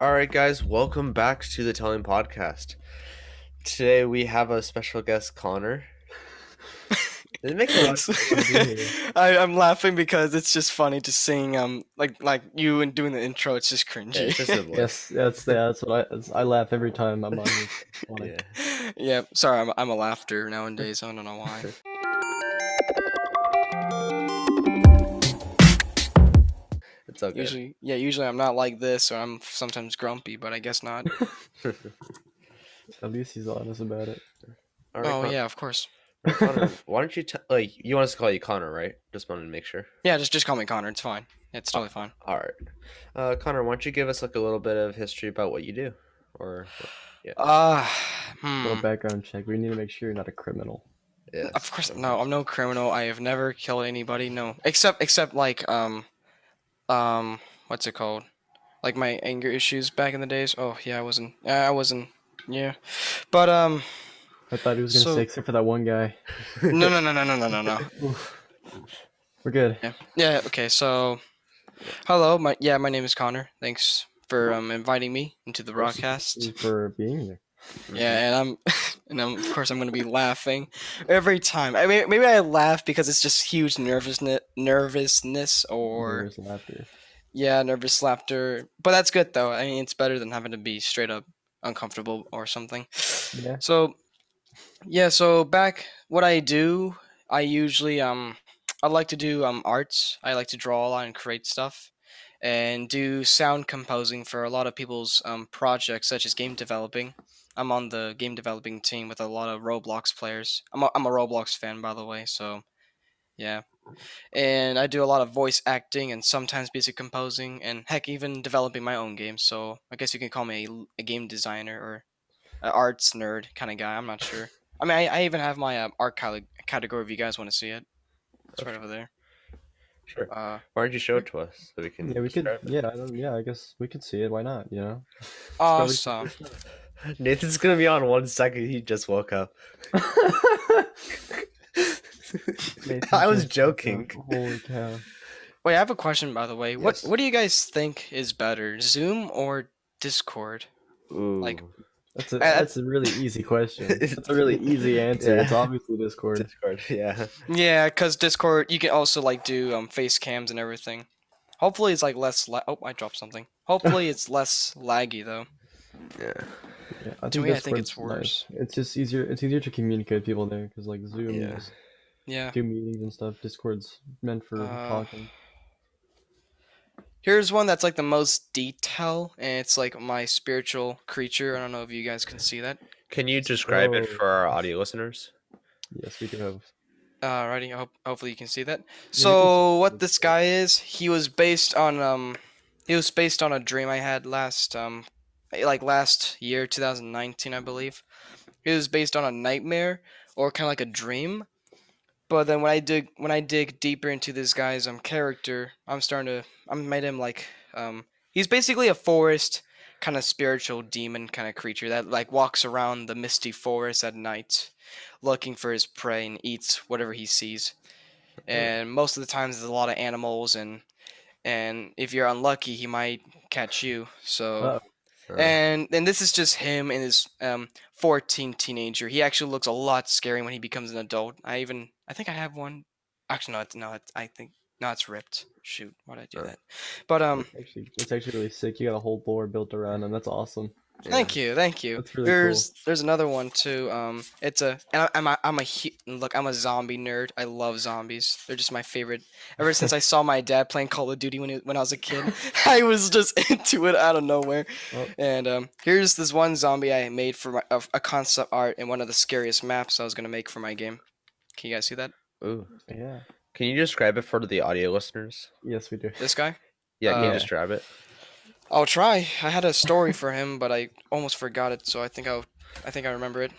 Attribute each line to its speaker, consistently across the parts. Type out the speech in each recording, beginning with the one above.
Speaker 1: All right, guys, welcome back to the Telling Podcast. Today we have a special guest, Connor. Did it make a lot of sense to be here?
Speaker 2: I, I'm laughing because it's just funny to seeing um like like you and doing the intro. It's just
Speaker 1: Yeah,
Speaker 2: cringy.
Speaker 1: it's just a voice.
Speaker 3: Yes, that's that's what I that's, I laugh every time I'm on. this on it.
Speaker 1: Yeah.
Speaker 2: yeah, sorry, I'm I'm a laughter nowadays. I don't know why.
Speaker 1: It's okay.
Speaker 2: Usually, yeah, usually I'm not like this, or I'm sometimes grumpy, but I guess not.
Speaker 3: At least he's honest about it.
Speaker 1: All right,
Speaker 2: oh
Speaker 1: Con-
Speaker 2: yeah, of course.
Speaker 1: all right, Connor, why don't you tell? Like, you want us to call you Connor, right? Just wanted to make sure.
Speaker 2: Yeah, just just call me Connor. It's fine. It's totally fine.
Speaker 1: All right, uh, Connor, why don't you give us like a little bit of history about what you do, or
Speaker 2: Ah,
Speaker 3: Little
Speaker 2: hmm.
Speaker 3: background check. We need to make sure you're not a criminal.
Speaker 1: yeah.
Speaker 2: Of course, no, I'm no criminal. I have never killed anybody. No, except except like um, um, what's it called? Like my anger issues back in the days. Oh yeah, I wasn't. I wasn't. Yeah, but um,
Speaker 3: I thought he was gonna
Speaker 2: So-
Speaker 3: say except for that one guy.
Speaker 2: no, no, no, no, no, no, no, no.
Speaker 3: Oof. We're good.
Speaker 2: Yeah. Yeah. Okay. So, hello. My yeah. My name is Connor. Thanks for um inviting me into the broadcast.
Speaker 3: Thank you for being here.
Speaker 2: Yeah, and I'm and I'm of course I'm gonna be laughing every time. I mean, maybe I laugh because it's just huge nervousness, nervousness, or
Speaker 3: There's laughter.
Speaker 2: yeah, nervous laughter. But that's good though. I mean, it's better than having to be straight up uncomfortable or something.
Speaker 3: Yeah.
Speaker 2: So, yeah. So back, what I do, I usually um, I like to do um arts. I like to draw a lot and create stuff, and do sound composing for a lot of people's um projects, such as game developing. I'm on the game developing team with a lot of Roblox players. I'm a, I'm a Roblox fan, by the way. So, yeah. And I do a lot of voice acting and sometimes music composing and heck, even developing my own games. So I guess you can call me a, l- a game designer or an arts nerd kind of guy. I'm not sure. I mean, I, I even have my um, art cate- category if you guys want to see it. It's right over there.
Speaker 1: Sure.
Speaker 2: Uh,
Speaker 1: Why don't you show it to us so we can?
Speaker 3: Yeah, we could.
Speaker 1: describe it?
Speaker 3: Yeah, I don't, yeah. I guess we could see it. Why not? You know. probably
Speaker 2: awesome.
Speaker 1: Nathan's gonna be on one second. He just woke up. I
Speaker 3: Nathan
Speaker 1: was
Speaker 3: just-
Speaker 1: joking.
Speaker 3: Holy cow!
Speaker 2: Wait, I have a question by the way. What
Speaker 1: Yes.
Speaker 2: What do you guys think is better, Zoom or Discord?
Speaker 1: Ooh.
Speaker 2: Like-
Speaker 3: That's a
Speaker 2: I- I-
Speaker 3: that's a really easy question. That's a really easy answer.
Speaker 1: Yeah.
Speaker 3: It's obviously Discord.
Speaker 1: Discord. Yeah.
Speaker 2: Yeah, because Discord, you can also like do um, face cams and everything. Hopefully, it's like less. La- oh, I dropped something. Hopefully, it's less laggy though.
Speaker 1: Yeah.
Speaker 3: Yeah,
Speaker 2: To me, I think it's
Speaker 3: Discord's nice.
Speaker 2: worse.
Speaker 3: It's just easier. It's easier to communicate with people there because like Zoom,
Speaker 1: Yeah.
Speaker 3: is-
Speaker 2: Yeah.
Speaker 3: do meetings and stuff. Discord's meant for
Speaker 2: Uh,
Speaker 3: talking.
Speaker 2: Here's one that's like the most detail, and it's like my spiritual creature. I don't know if you guys can see that.
Speaker 1: Can you describe it
Speaker 3: Oh.
Speaker 1: for our audio listeners?
Speaker 3: Yes, we do have.
Speaker 2: Alrighty, uh, I hope hopefully you can see that.
Speaker 3: see
Speaker 2: So
Speaker 3: it.
Speaker 2: what this guy is, he was based on um, he was based on a dream I had last um, eh, like last year, 2019, I believe. It was based on a nightmare or kind of like a dream. But then when I dig when I dig deeper into this guy's um character, I'm starting to I made him like um, he's basically a forest kind of spiritual demon kind of creature that like walks around the misty forest at night looking for his prey and eats whatever he sees. And most of the times there's a lot of animals and and if you're unlucky he might catch you. So
Speaker 1: Uh,
Speaker 2: and and this is just him and his um 14 teenager. He actually looks a lot scary when he becomes an adult. I even I think I have one. Actually no, it's no, it's, I think no, it's ripped. Shoot, why did I do
Speaker 1: Uh,
Speaker 2: that? But um
Speaker 3: Actually, it's actually really sick. You got a whole lore built around them. That's awesome.
Speaker 1: yeah.
Speaker 2: Thank you, thank you.
Speaker 3: That's really cool.
Speaker 2: there's there's another one too. Um, it's a and I, I'm a, I'm a hu- look. I'm a zombie nerd. I love zombies. They're just my favorite. Ever since I saw my dad playing Call of Duty when he, when I was a kid, I was just into it out of nowhere.
Speaker 3: Oh.
Speaker 2: And um, here's this one zombie I made for my, of a concept art in one of the scariest maps I was gonna make for my game. Can you guys see that?
Speaker 1: Ooh.
Speaker 3: Yeah.
Speaker 1: Can you describe it for the audio listeners?
Speaker 3: Yes, we do.
Speaker 2: This guy.
Speaker 1: Yeah, can you
Speaker 2: Uh,
Speaker 1: describe it?
Speaker 2: I'll try. I had a story for him, but I almost forgot it, so I think I'll, I think I remember it.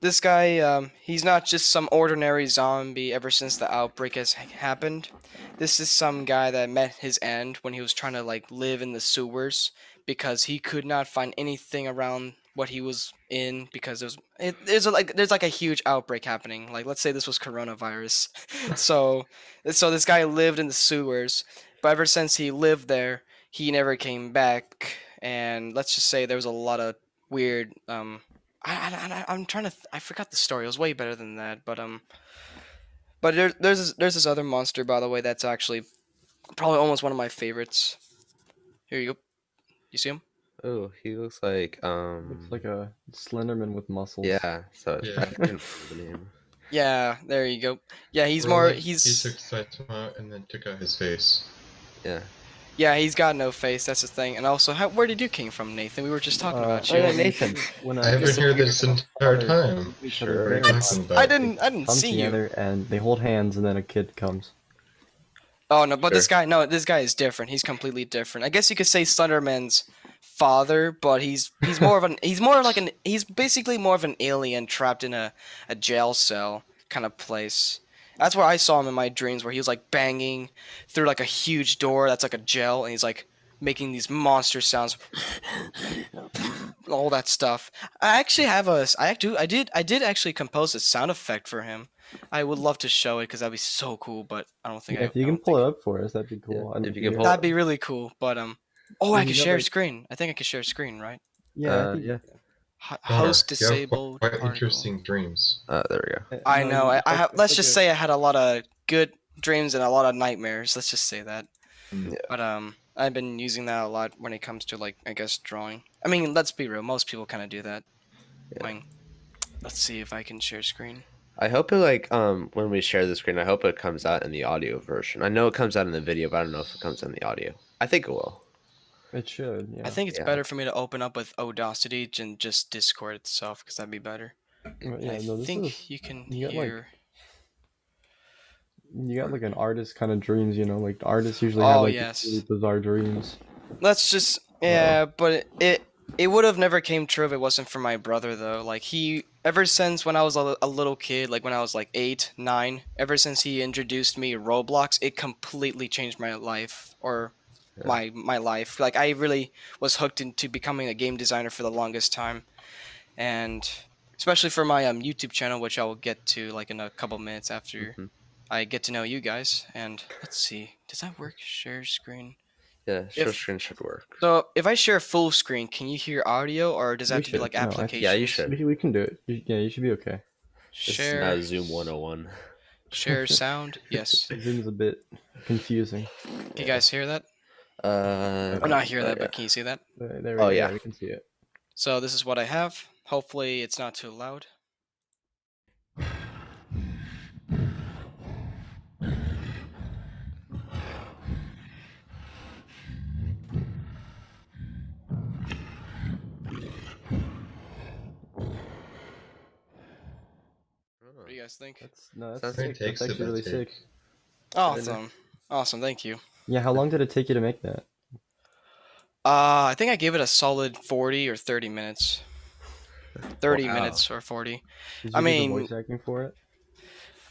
Speaker 2: This guy, um, he's not just some ordinary zombie. Ever since the outbreak has ha- happened, this is some guy that met his end when he was trying to like live in the sewers because he could not find anything around what he was in because there's it, there's a, like there's like a huge outbreak happening. Like let's say this was coronavirus, so so this guy lived in the sewers, but ever since he lived there, he never came back and let's just say there was a lot of weird. Um, I, I, I, am trying to. Th- I forgot the story. It was way better than that, but um, but there, there's this, there's this other monster by the way that's actually probably almost one of my favorites. Here you go. You see him?
Speaker 1: Oh, he looks like um.
Speaker 3: Looks like a Slenderman with muscles.
Speaker 1: yeah. So it's
Speaker 4: Yeah.
Speaker 1: I can't remember the name.
Speaker 2: Yeah, there you go. Yeah, he's more.
Speaker 4: Really?
Speaker 2: He's
Speaker 4: He took Saitama and then took out his face.
Speaker 1: Yeah.
Speaker 2: yeah, he's got no face. That's the thing. And also, how, where did you came from, Nathan? We were just talking
Speaker 3: Uh,
Speaker 2: about
Speaker 1: oh,
Speaker 2: you.
Speaker 1: yeah, Nathan.
Speaker 5: uh,
Speaker 3: When
Speaker 4: I haven't heard this entire time.
Speaker 1: Sure.
Speaker 4: What are you talking about?
Speaker 2: I didn't. I didn't
Speaker 3: Come
Speaker 2: see you.
Speaker 3: together and they hold hands, and then a kid comes.
Speaker 2: Oh no, but this guy, no, this guy is different. He's completely different. I guess you could say Slenderman's father, but he's he's more of an he's more of like an he's basically more of an alien trapped in a, a jail cell kind of place. That's where I saw him in my dreams, where he was like banging through like a huge door that's like a jail, and he's like making these monster sounds, all that stuff. I actually have a I do I did I did actually compose a sound effect for him. I would love to show it because that'd be so cool, but I don't think I,
Speaker 3: if you
Speaker 2: I
Speaker 3: can
Speaker 2: don't
Speaker 3: pull
Speaker 2: think-
Speaker 3: it up for us, that'd be cool. And
Speaker 1: if you can
Speaker 3: you're-
Speaker 1: pull it
Speaker 2: That'd be really cool, but um. Oh, I
Speaker 3: And
Speaker 2: can
Speaker 3: you got,
Speaker 2: share
Speaker 3: like-
Speaker 2: screen. I think I can share screen, right?
Speaker 3: yeah, I
Speaker 1: Uh,
Speaker 3: think-
Speaker 1: yeah.
Speaker 2: H-
Speaker 4: Connor,
Speaker 2: host
Speaker 4: you have
Speaker 2: disabled.
Speaker 4: Quite
Speaker 2: article.
Speaker 4: interesting dreams.
Speaker 1: Uh, there we go.
Speaker 3: uh,
Speaker 2: I
Speaker 3: no,
Speaker 2: know. I,
Speaker 3: it's
Speaker 2: I
Speaker 3: like-
Speaker 2: have.
Speaker 3: it's
Speaker 2: Let's
Speaker 3: like
Speaker 2: just
Speaker 3: a-
Speaker 2: say I had a lot of good dreams and a lot of nightmares. Let's just say that.
Speaker 4: Mm. Yeah.
Speaker 2: But um, I've been using that a lot when it comes to like I guess drawing. I mean, let's be real. Most people kind of do that.
Speaker 1: Yeah.
Speaker 2: Like, let's see if I can share screen.
Speaker 1: I hope it like um when we share the screen, I hope it comes out in the audio version. I know it comes out in the video, but I don't know if it comes out in the audio. I think it will.
Speaker 3: It should. Yeah.
Speaker 2: I think it's
Speaker 1: Yeah.
Speaker 2: better for me to open up with Audacity and just Discord itself because that'd be better.
Speaker 3: But
Speaker 2: And
Speaker 3: yeah.
Speaker 2: I
Speaker 3: No, this
Speaker 2: think
Speaker 3: is
Speaker 2: you can
Speaker 3: you got, like,
Speaker 2: hear.
Speaker 3: you got like an artist kind of dreams. You know, like artists usually have
Speaker 2: Oh,
Speaker 3: like
Speaker 2: yes.
Speaker 3: these really bizarre dreams.
Speaker 2: Let's just yeah, but it it, it would have never came true if it wasn't for my brother though. Like he ever since when I was a, li- a little kid, like when I was like 8, 9, ever since he introduced me Roblox, it completely changed my life or
Speaker 1: Yeah.
Speaker 2: my my life. Like I really was hooked into becoming a game designer for the longest time. And especially for my um, YouTube channel which I will get to like in a couple minutes after
Speaker 1: Mhm.
Speaker 2: I get to know you guys and let's see. Does that work? Share screen.
Speaker 1: Yeah, share
Speaker 2: If-
Speaker 1: screen should work.
Speaker 2: So if I share full screen, can you hear audio, or does that
Speaker 3: We
Speaker 2: have to be
Speaker 3: should.
Speaker 2: like
Speaker 3: No, I- Yeah, you
Speaker 2: application?
Speaker 1: Yeah, you should.
Speaker 3: We, we can do it. You- yeah, you should be okay.
Speaker 1: This is now
Speaker 2: Share,
Speaker 1: Zoom 101.
Speaker 2: share sound. Yes.
Speaker 3: Zoom's a bit confusing.
Speaker 2: Can you guys hear that?
Speaker 1: Uh,
Speaker 2: Or not hear that,
Speaker 3: Oh,
Speaker 1: yeah.
Speaker 2: but can you see that?
Speaker 3: Uh, There, there we
Speaker 1: Oh,
Speaker 3: go.
Speaker 1: yeah.
Speaker 3: we can see it.
Speaker 2: So this is what I have. Hopefully, it's not too loud.
Speaker 1: Oh,
Speaker 2: What do you guys think?
Speaker 3: That's no, that's,
Speaker 1: Sounds
Speaker 3: sick.
Speaker 4: It
Speaker 1: like
Speaker 3: that's
Speaker 4: takes
Speaker 3: actually
Speaker 4: about
Speaker 3: really
Speaker 4: take.
Speaker 3: sick.
Speaker 2: Awesome, awesome. Thank you.
Speaker 3: Yeah, how long did it take you to make that?
Speaker 2: Uh, I think I gave it a solid forty or thirty minutes. Thirty
Speaker 1: Wow.
Speaker 2: minutes or forty.
Speaker 3: Did you
Speaker 2: I
Speaker 3: do
Speaker 2: mean-
Speaker 3: the voice acting for it.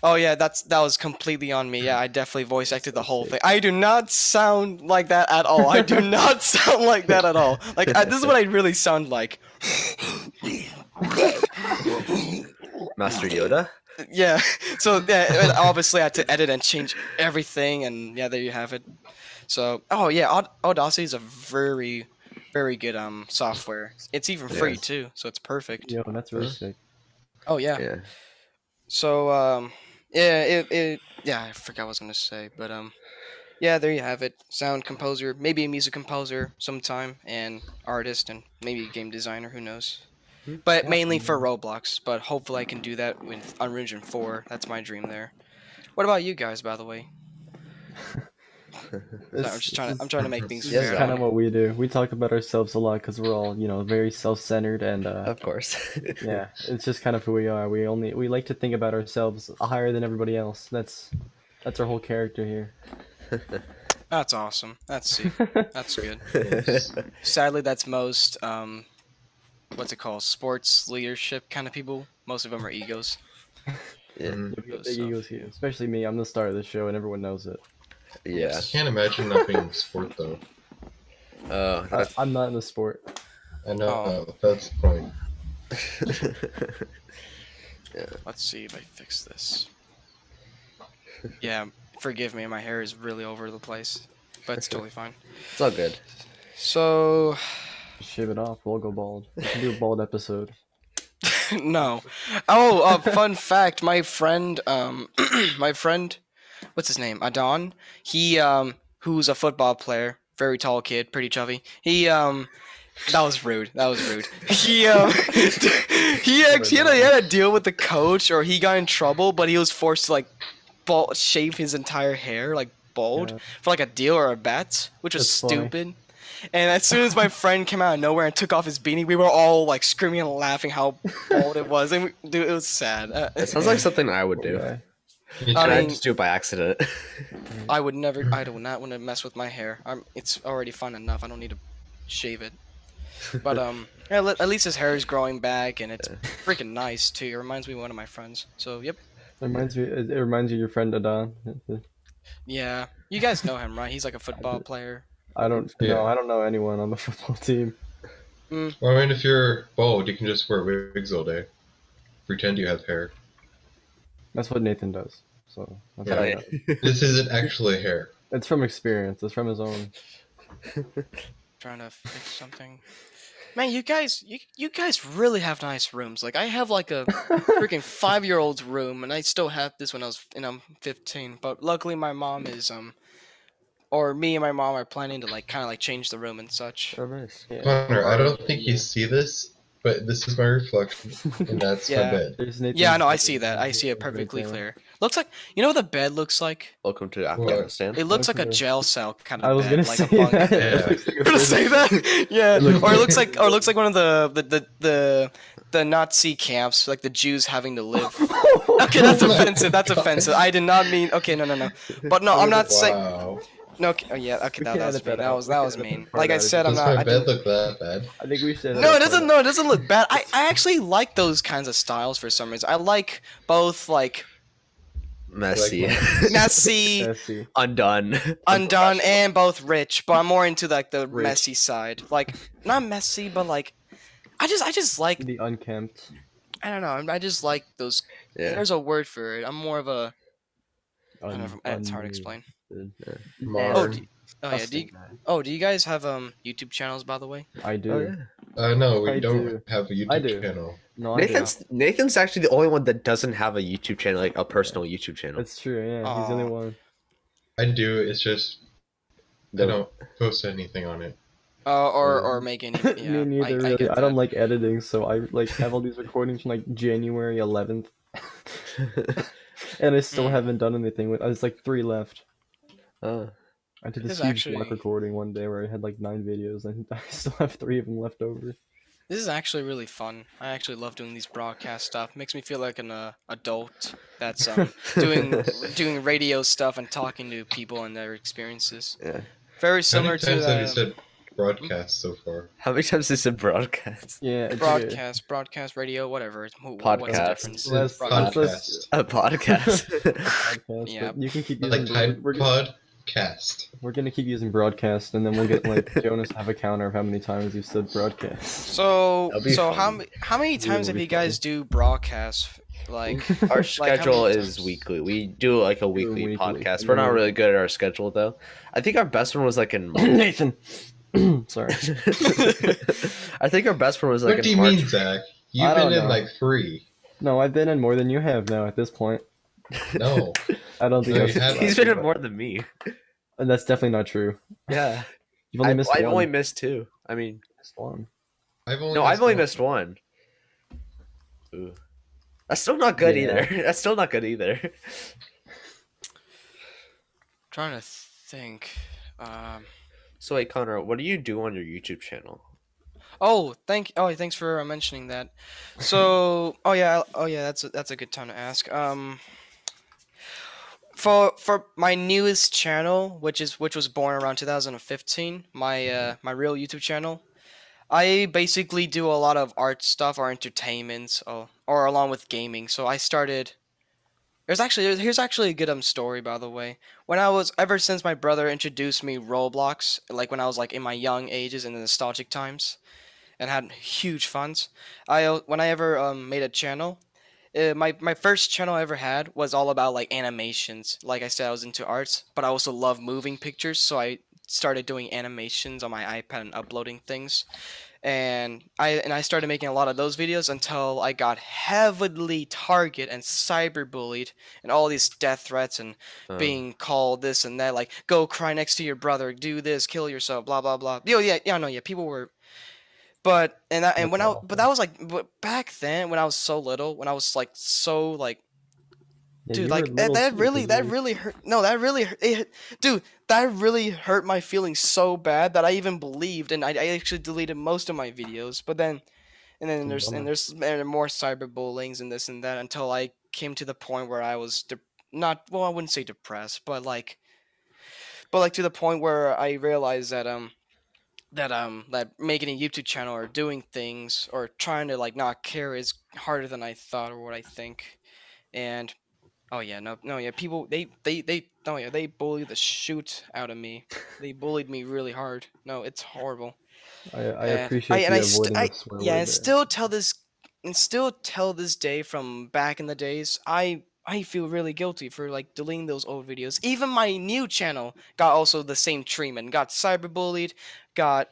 Speaker 2: Oh yeah, that's that was completely on me. Yeah, I definitely voice acted the whole thing. I do not sound like that at all. I do not sound like that at all. Like I, this is what I really sound like.
Speaker 1: Master Yoda?
Speaker 2: Yeah. So yeah, and obviously I had to edit and change everything, and yeah, there you have it. So oh yeah, Aud- Audacity is a very, very good um software. It's even free
Speaker 1: Yes.
Speaker 2: too, so it's perfect.
Speaker 3: Yeah, that's really sick.
Speaker 2: Oh yeah.
Speaker 1: Yeah.
Speaker 2: So um yeah, it, it yeah, I forgot what I was gonna say, but um yeah, there you have it. Sound composer, maybe a music composer sometime, and artist and maybe a game designer, who knows.
Speaker 1: Hmm,
Speaker 2: But mainly for Roblox, but hopefully I can do that with Unreal Engine 4. That's my dream there. What about you guys by the way?
Speaker 3: This,
Speaker 2: Sorry, I'm just trying to, I'm trying to make things
Speaker 1: this is
Speaker 2: fair.
Speaker 1: Yeah.
Speaker 3: kind of what we do. We talk about ourselves a lot because we're all, you know, very self-centered and uh,
Speaker 1: Of course.
Speaker 3: yeah, it's just kind of who we are. We only we like to think about ourselves higher than everybody else. That's that's our whole character here.
Speaker 2: That's awesome. That's sweet. That's good. Sadly that's most um what's it called? Sports leadership kind of people. Most of them are egos.
Speaker 1: yeah.
Speaker 4: Mm.
Speaker 3: We got
Speaker 2: Those
Speaker 3: big egos here, especially me. I'm the star of the show, and everyone knows it.
Speaker 1: yeah.
Speaker 4: Can't imagine not being in sport though.
Speaker 1: Oh,
Speaker 3: I,
Speaker 1: that's...
Speaker 3: I'm not in the sport.
Speaker 4: I know
Speaker 2: Oh.
Speaker 4: that, that's the point.
Speaker 2: Let's see if I fix this. Yeah, forgive me, my hair is really over the place, but it's totally fine.
Speaker 1: it's all good.
Speaker 2: So,
Speaker 3: shave it off. We'll go bald. We can do a bald episode.
Speaker 2: no. Oh, uh, fun fact: my friend, um, my friend, what's his name? Adon. He, um, who's a football player, very tall kid, pretty chubby. He, um, that was rude. That was rude. He, um, he actually had a, he had a deal with the coach, or he got in trouble, but he was forced to like, bald, shave his entire hair, like bald,
Speaker 3: Yeah.
Speaker 2: for like a deal or a bet, which was
Speaker 3: That's funny.
Speaker 2: stupid. And as soon as my friend came out of nowhere and took off his beanie, we were all like screaming and laughing how bald it was, and we, dude, it was sad. Uh,
Speaker 1: That sounds like something I would do.
Speaker 3: Okay.
Speaker 4: It's
Speaker 2: I
Speaker 1: And I
Speaker 2: mean-
Speaker 1: just do it by accident.
Speaker 2: I would never, I do not want to mess with my hair. I'm, it's already fun enough. I don't need to shave it. But um, yeah, le- at least his hair is growing back, and it's freaking nice too. It reminds me of one of my friends. So yep,
Speaker 3: It reminds me. It it reminds you of your friend Adon.
Speaker 2: yeah, you guys know him, right? He's like a football player.
Speaker 3: I don't.
Speaker 4: Yeah.
Speaker 3: No, I don't know anyone on the football team.
Speaker 4: Well, I mean, if you're bald, you can just wear wigs all day. Pretend you have hair.
Speaker 3: That's what Nathan does. So that's what I know.
Speaker 4: This isn't actually hair.
Speaker 3: it's from experience. It's from his own.
Speaker 2: trying to fix something. Man, you guys, you, you guys really have nice rooms. Like I have like a freaking five year old's room, and I still have this when I was and I'm 15. But luckily, my mom is um, or me and my mom are planning to like kind of like change the room and such.
Speaker 1: oh, nice.
Speaker 3: Yeah.
Speaker 4: Connor, I don't think you see this, but this is my reflection, and that's my
Speaker 2: Yeah.
Speaker 4: bed.
Speaker 3: There's Nathan's
Speaker 2: Yeah, no, I
Speaker 3: bed.
Speaker 2: see that. I see it
Speaker 3: Right
Speaker 2: perfectly
Speaker 3: there.
Speaker 2: clear. Looks like you know what the bed looks like.
Speaker 1: Welcome to
Speaker 4: What?
Speaker 1: Afghanistan.
Speaker 2: It looks like a
Speaker 3: Okay.
Speaker 2: jail cell kind of
Speaker 3: I was
Speaker 2: bed,
Speaker 3: gonna
Speaker 2: like
Speaker 3: say
Speaker 2: a bunk.
Speaker 3: that.
Speaker 4: Yeah.
Speaker 2: I'm gonna say that. Yeah.
Speaker 3: looks-
Speaker 2: or it looks like, or it looks like one of the the the the, the Nazi camps, like the Jews having to live. Okay, that's
Speaker 4: Oh my
Speaker 2: offensive. That's
Speaker 4: God.
Speaker 2: offensive. I did not mean. Okay, no, no, no. But no, I'm not saying.
Speaker 4: Wow.
Speaker 2: No. Okay, oh, yeah. Okay,
Speaker 3: We
Speaker 2: that,
Speaker 3: can
Speaker 2: that was
Speaker 3: edit
Speaker 2: mean.
Speaker 3: that
Speaker 2: That
Speaker 3: out.
Speaker 2: was
Speaker 3: We
Speaker 2: that
Speaker 3: can
Speaker 2: was
Speaker 3: edit that
Speaker 2: mean.
Speaker 3: part
Speaker 2: Like I
Speaker 3: out. It
Speaker 2: said, I'm
Speaker 4: Does
Speaker 2: not.
Speaker 4: my
Speaker 2: I
Speaker 4: bed
Speaker 2: didn't-
Speaker 4: look that bad?
Speaker 3: I think we should. uh,
Speaker 2: no, it doesn't. No, it doesn't look bad. I, I actually like those kinds of styles for some reason. I like both like
Speaker 1: Messy.
Speaker 2: messy,
Speaker 3: Messy.
Speaker 1: Undone.
Speaker 2: undone and both rich, but I'm more into like the
Speaker 1: Rich.
Speaker 2: messy side. Like not messy, but like I just I just like
Speaker 3: The unkempt.
Speaker 2: I don't know. I'm- I just like those.
Speaker 1: Yeah.
Speaker 2: There's a word for it. I'm more of a. I don't know.
Speaker 3: un-
Speaker 2: If, it's hard to
Speaker 3: un-
Speaker 2: explain. Oh,
Speaker 4: Modern.
Speaker 2: do, oh yeah. Do you,
Speaker 3: Disgusting.
Speaker 2: oh, do you guys have um YouTube channels by the way?
Speaker 3: I do.
Speaker 1: Oh, yeah.
Speaker 4: Uh, no, we
Speaker 3: I
Speaker 4: don't
Speaker 3: do.
Speaker 4: have a
Speaker 3: I
Speaker 4: YouTube
Speaker 3: do.
Speaker 4: channel.
Speaker 3: No, I do.
Speaker 1: Nathan's Nathan's actually the only one that doesn't have a YouTube channel, like a personal YouTube channel.
Speaker 3: That's true. Yeah, he's the
Speaker 2: Aw.
Speaker 3: only one.
Speaker 4: I do. It's just I
Speaker 1: No.
Speaker 4: don't post anything on it.
Speaker 2: Uh, or or make any? Yeah,
Speaker 3: Me neither.
Speaker 2: I, I
Speaker 3: really.
Speaker 2: get
Speaker 3: I, don't
Speaker 2: that.
Speaker 3: like editing, so I like have all these recordings from like January 11th, and I still
Speaker 2: Mm.
Speaker 3: haven't done anything with. There's like three left.
Speaker 1: oh.
Speaker 3: I did
Speaker 2: This
Speaker 3: this
Speaker 2: is
Speaker 3: huge
Speaker 2: actually-
Speaker 3: block recording one day where I had like nine videos, and I still have three of them left over.
Speaker 2: This is actually really fun. I actually love doing these broadcast stuff. Makes me feel like an uh, adult that's um, doing doing radio stuff and talking to people and their experiences.
Speaker 1: Yeah.
Speaker 2: Very
Speaker 4: How
Speaker 2: similar
Speaker 4: many
Speaker 2: to um,
Speaker 4: times have
Speaker 3: um,
Speaker 4: you
Speaker 2: the
Speaker 4: said broadcast so far?
Speaker 1: How many times is it broadcast?
Speaker 3: Yeah, it's okay.
Speaker 2: broadcast, broadcast radio, whatever. It's- wh- wh- What's the
Speaker 1: Podcast.
Speaker 2: difference?
Speaker 3: Let's-
Speaker 2: Broadcast.
Speaker 4: Podcast.
Speaker 3: let's-
Speaker 1: A podcast.
Speaker 3: Podcast,
Speaker 2: Yeah.
Speaker 3: but You can keep using.
Speaker 4: Like type
Speaker 3: we're, we're, gonna-
Speaker 4: podcast.
Speaker 3: we're gonna keep using broadcast, and then we'll get like Jonas to have a counter of how many times you said broadcast.
Speaker 2: So,
Speaker 1: That'd be
Speaker 2: so how
Speaker 1: fun.
Speaker 2: ma- how many
Speaker 3: Yeah,
Speaker 2: times have
Speaker 3: it'll be
Speaker 2: you guys do broadcast? Like,
Speaker 1: Our
Speaker 2: Like, how many
Speaker 1: schedule is
Speaker 2: times?
Speaker 1: weekly. We do like a weekly,
Speaker 3: weekly.
Speaker 1: podcast. We're not really good at our schedule though. I think our best one was like in March.
Speaker 3: Nathan. Sorry.
Speaker 1: I think our best one was like
Speaker 4: what do
Speaker 1: in
Speaker 4: you
Speaker 1: March.
Speaker 4: mean, Zach? You've
Speaker 3: I
Speaker 4: been
Speaker 3: don't
Speaker 4: in
Speaker 3: know.
Speaker 4: like three.
Speaker 3: No, I've been in more than you have now at this point.
Speaker 4: No,
Speaker 3: I don't think
Speaker 4: No, you
Speaker 3: I've
Speaker 4: uh,
Speaker 3: seen
Speaker 4: haven't.
Speaker 3: that,
Speaker 1: He's been in
Speaker 3: but-
Speaker 1: more than me.
Speaker 3: and that's definitely not true.
Speaker 1: Yeah.
Speaker 3: You've only
Speaker 1: I,
Speaker 3: missed
Speaker 1: I've
Speaker 3: one.
Speaker 1: only missed two. I mean,
Speaker 3: missed one.
Speaker 4: I've only
Speaker 1: no, I've only
Speaker 4: one.
Speaker 1: missed one. Ooh. That's still not good
Speaker 3: Yeah.
Speaker 1: either. That's still not good either.
Speaker 2: trying to think. Um,
Speaker 1: So, wait, Connor, what do you do on your YouTube channel?
Speaker 2: Oh, thank. Oh, thanks for uh, mentioning that. So, oh yeah, oh yeah, that's a, that's a good time to ask. Um, for for my newest channel, which is which was born around 2015, my uh, my real YouTube channel, I basically do a lot of art stuff or entertainment, or or along with gaming. So I started. There's actually here's actually a good um story by the way. When I was ever since my brother introduced me Roblox, like when I was like in my young ages and the nostalgic times and had huge funds. I al- when I ever um, made a channel, uh, my my first channel I ever had was all about like animations. Like I said, I was into arts, but I also love moving pictures, so I started doing animations on my iPad and uploading things. and I and I started making a lot of those videos until I got heavily targeted and cyberbullied and all these death threats and
Speaker 1: Uh,
Speaker 2: being called this and that, like go cry next to your brother, do this, kill yourself, blah blah blah. Yo, yeah, yeah, no, yeah, people were, but and that, and
Speaker 3: That's
Speaker 2: when I
Speaker 3: awful.
Speaker 2: but that was like but back then when I was so little, when I was like so like
Speaker 3: Yeah, you
Speaker 2: dude,
Speaker 3: were
Speaker 2: like that,
Speaker 3: little
Speaker 2: that
Speaker 3: too,
Speaker 2: really
Speaker 3: 'cause
Speaker 2: that
Speaker 3: you-
Speaker 2: really hurt. No, that really hurt. It, hurt- dude, that really hurt my feelings so bad that I even believed and I, I actually deleted most of my videos. But then and then
Speaker 3: a
Speaker 2: there's
Speaker 3: bummer.
Speaker 2: and there's there are more cyberbullying and this and that until I came to the point where I was de- not well, I wouldn't say depressed, but like, but like to the point where I realized that um that um that making a YouTube channel or doing things or trying to like not care is harder than I thought or what I think, and oh yeah no no yeah people they they they no yeah they bully the shoot out of me they bullied me really hard no it's horrible
Speaker 3: I, I
Speaker 2: Yeah.
Speaker 3: appreciate
Speaker 2: I- and
Speaker 3: the
Speaker 2: I st-
Speaker 3: avoiding
Speaker 2: I-
Speaker 3: of swear
Speaker 2: yeah
Speaker 3: word
Speaker 2: and
Speaker 3: there.
Speaker 2: still tell this and still tell this day from back in the days i i feel really guilty for like deleting those old videos even my new channel got also the same treatment got cyberbullied got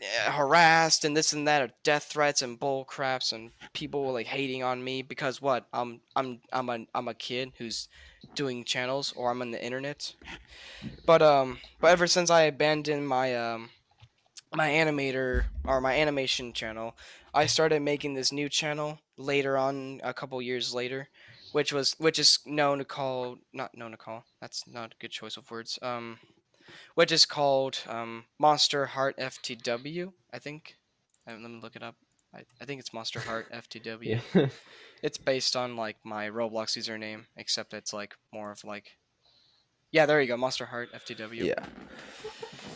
Speaker 2: eh, harassed and this and that or death threats and bull craps and people were like hating on me because what i'm i'm i'm a, I'm a kid who's doing channels or i'm on the internet but um but ever since i abandoned my um my animator or my animation channel i started making this new channel later on a couple years later which was which is known to call not known to call that's not a good choice of words um which is called um monster heart ftw i think Um, let me look it up i, I think it's monster heart ftw
Speaker 3: Yeah.
Speaker 2: it's based on like my Roblox username, except it's like more of like, yeah, there you go, Monster Heart FTW.
Speaker 1: yeah.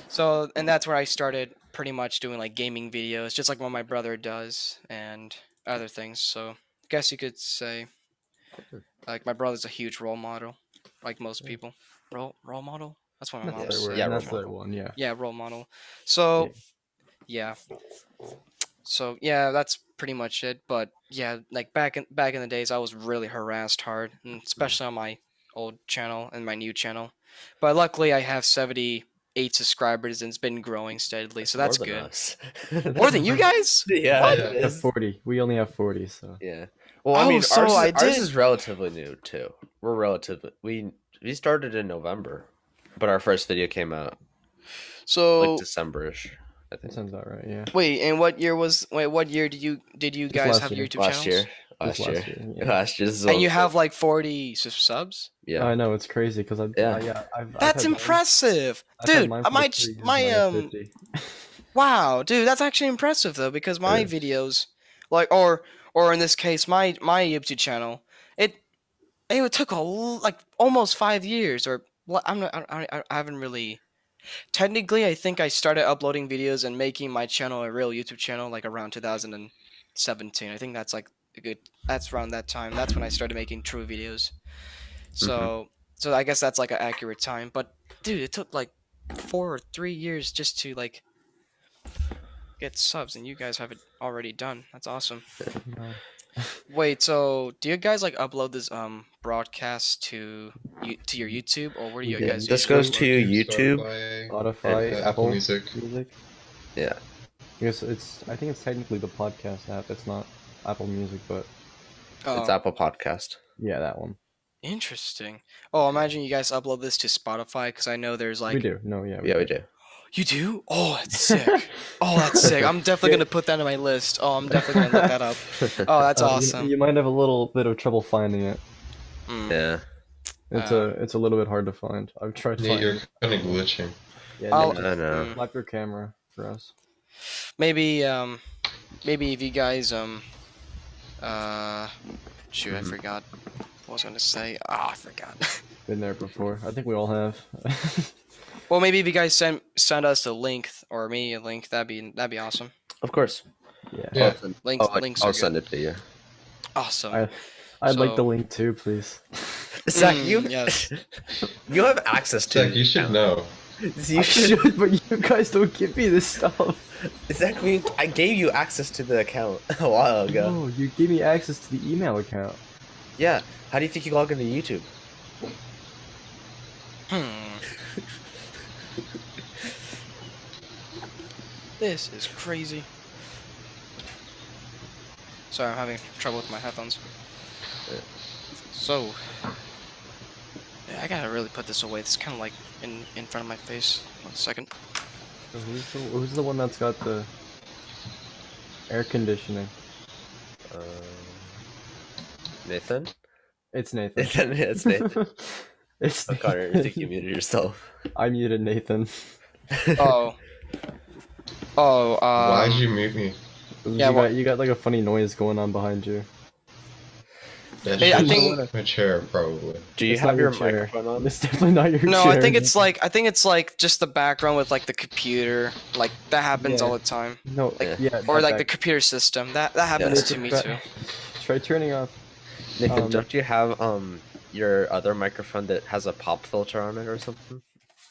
Speaker 2: So and that's where I started pretty much doing like gaming videos, just like what my brother does and other things. So I guess you could say, like my brother's a huge role model, like most
Speaker 3: Yeah.
Speaker 2: people. Role role model. That's what my
Speaker 3: Not
Speaker 2: mom
Speaker 3: the
Speaker 1: Yes.
Speaker 3: other word,
Speaker 2: said.
Speaker 1: Yeah,
Speaker 3: not
Speaker 1: role
Speaker 3: the other one. Yeah.
Speaker 2: Yeah, role model. So, yeah. So yeah, that's pretty much it. But yeah, like back in back in the days, I was really harassed hard, and
Speaker 3: Mm.
Speaker 2: especially on my old channel and my new channel. But luckily, I have seventy eight subscribers, and it's been growing steadily, so that's
Speaker 1: More than
Speaker 2: good.
Speaker 1: us.
Speaker 2: More than you guys?
Speaker 1: yeah.
Speaker 4: What?
Speaker 1: it
Speaker 3: We have
Speaker 1: is.
Speaker 3: forty. We only have forty. So
Speaker 1: Yeah. Well, I
Speaker 2: Oh,
Speaker 1: mean,
Speaker 2: so
Speaker 1: ours, is-
Speaker 2: I
Speaker 1: ours
Speaker 2: did-
Speaker 1: is relatively new too. We're relatively we we started in November, but our first video came out
Speaker 2: So
Speaker 1: like Decemberish, I
Speaker 3: that
Speaker 1: think.
Speaker 3: sounds about right. Yeah.
Speaker 2: wait, and what year was wait? What year did you did you guys
Speaker 3: last
Speaker 2: have
Speaker 3: year.
Speaker 2: YouTube
Speaker 1: Last
Speaker 2: channels?
Speaker 1: year, last
Speaker 3: Just
Speaker 1: year,
Speaker 3: yeah.
Speaker 1: last year. This is
Speaker 2: And
Speaker 1: all-
Speaker 2: you have like forty sub- subs.
Speaker 1: yeah.
Speaker 3: I know it's crazy because I
Speaker 1: Yeah.
Speaker 3: yeah, yeah I've, I've
Speaker 2: That's
Speaker 3: had mine-
Speaker 2: impressive,
Speaker 3: I've had
Speaker 2: dude.
Speaker 3: mine
Speaker 2: uh,
Speaker 3: for
Speaker 2: My
Speaker 3: three
Speaker 2: ch-
Speaker 3: years and I
Speaker 2: my
Speaker 3: have
Speaker 2: um
Speaker 3: 50.
Speaker 2: Wow, dude, that's actually impressive though, because my
Speaker 1: is.
Speaker 2: videos, like, or or in this case, my my YouTube channel, it it took a l- like almost five years, or well, I'm not, I, I, I haven't really. Technically, I think I started uploading videos and making my channel a real YouTube channel like around 2017. I think that's like a good. That's around that time. That's when I started making true videos. So so I guess that's like an accurate time. But dude, it took like four or three years just to like get subs and you guys have it already done. That's awesome.
Speaker 3: No.
Speaker 2: Wait, so do you guys like upload this um broadcast to you, to your YouTube or where do you
Speaker 3: Yeah,
Speaker 2: guys?
Speaker 1: this
Speaker 2: usually-
Speaker 1: goes to
Speaker 4: Spotify,
Speaker 1: YouTube.
Speaker 3: Spotify,
Speaker 4: uh,
Speaker 3: Apple
Speaker 4: Apple Music.
Speaker 3: Music.
Speaker 1: Yeah.
Speaker 3: Yes, it's. I think it's technically the podcast app. It's not Apple Music, but
Speaker 2: Oh,
Speaker 1: It's Apple Podcast.
Speaker 3: yeah, that one.
Speaker 2: interesting. Oh, imagine you guys upload this to Spotify because I know there's like
Speaker 3: we do. No, yeah.
Speaker 1: Yeah, we do.
Speaker 2: you do. Oh, that's sick. oh, that's sick. I'm definitely gonna put that in my list. Oh, I'm definitely gonna look that up. Oh, that's
Speaker 3: Uh, you-
Speaker 2: awesome.
Speaker 3: You, might have a little bit of trouble finding it.
Speaker 2: Mm.
Speaker 1: yeah.
Speaker 3: It's
Speaker 2: Uh,
Speaker 3: a. It's a little bit hard to find. I've tried
Speaker 4: Nate,
Speaker 3: finding.
Speaker 4: you're
Speaker 3: it.
Speaker 4: kind of glitching.
Speaker 3: Yeah,
Speaker 2: I'll-
Speaker 3: Nick,
Speaker 1: I know.
Speaker 2: Mm.
Speaker 3: slap your camera for us.
Speaker 2: Maybe um, maybe if you guys um, uh, shoot, I
Speaker 1: Mhm.
Speaker 2: forgot what I was gonna say. Ah, I forgot.
Speaker 3: Been there before. I think we all have.
Speaker 2: Well, maybe if you guys send send us a link th- or me a link, that'd be that'd be awesome.
Speaker 1: Of course.
Speaker 3: yeah.
Speaker 4: Yeah.
Speaker 1: I'll send,
Speaker 2: Links,
Speaker 1: I'll,
Speaker 2: links
Speaker 1: Oh, I'll
Speaker 2: are
Speaker 1: send it to you.
Speaker 2: good. awesome.
Speaker 3: I, I'd like
Speaker 2: So-
Speaker 3: the link too, please.
Speaker 1: Zach,
Speaker 2: Mm,
Speaker 1: you
Speaker 2: yes.
Speaker 1: you have access to.
Speaker 4: Zach, you should know.
Speaker 1: You
Speaker 3: I
Speaker 1: should.
Speaker 3: should, but you guys don't give me this stuff.
Speaker 1: Zach, we, I gave you access to the account a while ago.
Speaker 3: No, you gave me access to the email account.
Speaker 1: Yeah. How do you think you log into YouTube?
Speaker 2: Hmm. This is crazy. Sorry, I'm having trouble with my headphones. So, yeah, I gotta really put this away. It's kind of like in in front of my face. One second.
Speaker 3: So who's the who's the one that's got the air conditioning?
Speaker 1: Um, Nathan?
Speaker 3: It's Nathan.
Speaker 1: Nathan, it's Nathan.
Speaker 3: it's
Speaker 1: Oh, Connor, I think you
Speaker 3: Nathan.
Speaker 1: muted yourself.
Speaker 3: I muted Nathan.
Speaker 2: Oh. Oh. Um,
Speaker 4: Why did you mute me?
Speaker 2: Yeah,
Speaker 3: you,
Speaker 2: well-
Speaker 3: got, you got like a funny noise going on behind you.
Speaker 4: That's
Speaker 2: Hey, I
Speaker 4: just
Speaker 2: think-
Speaker 4: my chair probably.
Speaker 1: Do you
Speaker 3: It's
Speaker 1: have
Speaker 3: not
Speaker 1: your
Speaker 3: your chair.
Speaker 1: microphone on?
Speaker 3: It's definitely not your
Speaker 2: No, I
Speaker 3: chair,
Speaker 2: think it's
Speaker 3: Nathan.
Speaker 2: like I think it's like just the background with like the computer, like that happens
Speaker 3: Yeah.
Speaker 2: all the time,
Speaker 3: no,
Speaker 1: Yeah.
Speaker 3: like, yeah,
Speaker 2: or
Speaker 3: that
Speaker 2: like the
Speaker 3: back-
Speaker 2: computer system. That that happens
Speaker 1: it's
Speaker 2: to
Speaker 3: a
Speaker 2: me
Speaker 3: cra-
Speaker 2: too.
Speaker 3: Try turning off.
Speaker 1: Nathan,
Speaker 3: Um,
Speaker 1: don't you have um your other microphone that has a pop filter on it or something?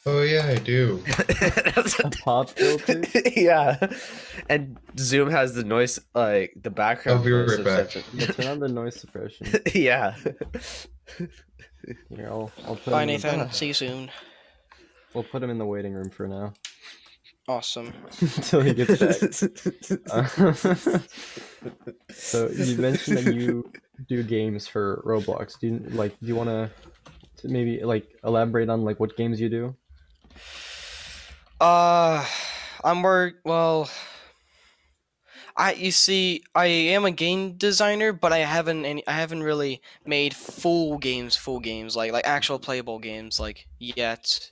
Speaker 4: Oh yeah, I do.
Speaker 1: That's
Speaker 3: A
Speaker 1: what-
Speaker 3: pop filter.
Speaker 1: yeah, and Zoom has the noise like the background.
Speaker 4: I'll be
Speaker 1: noise
Speaker 4: right back.
Speaker 3: Yeah,
Speaker 1: subsection.
Speaker 3: turn on the noise suppression.
Speaker 1: yeah.
Speaker 3: Here, I'll, I'll put.
Speaker 2: Bye,
Speaker 3: him in the-
Speaker 2: Nathan. See you soon.
Speaker 3: we'll put him in the waiting room for now
Speaker 2: Awesome.
Speaker 3: until he gets back. Uh, so you mentioned that you do games for Roblox. Do you like? Do you want to maybe like elaborate on like what games you do?
Speaker 2: Uh, I'm work. Well, I you see, I am a game designer, but I haven't any. I haven't really made full games, full games like like actual playable games like yet.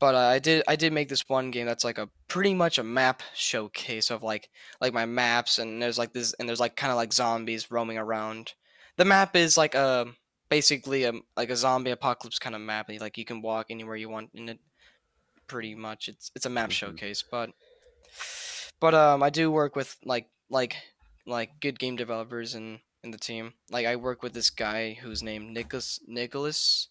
Speaker 2: But uh, I did I did make this one game that's like a pretty much a map showcase of like like my maps and there's like this and there's like kind of like zombies roaming around. The map is like a basically a like a zombie apocalypse kind of map. and, Like you can walk anywhere you want in it pretty much. It's it's a map
Speaker 1: Mhm.
Speaker 2: showcase, but but um I do work with like like like good game developers in in the team. Like I work with this guy who's named Nicholas Nicholas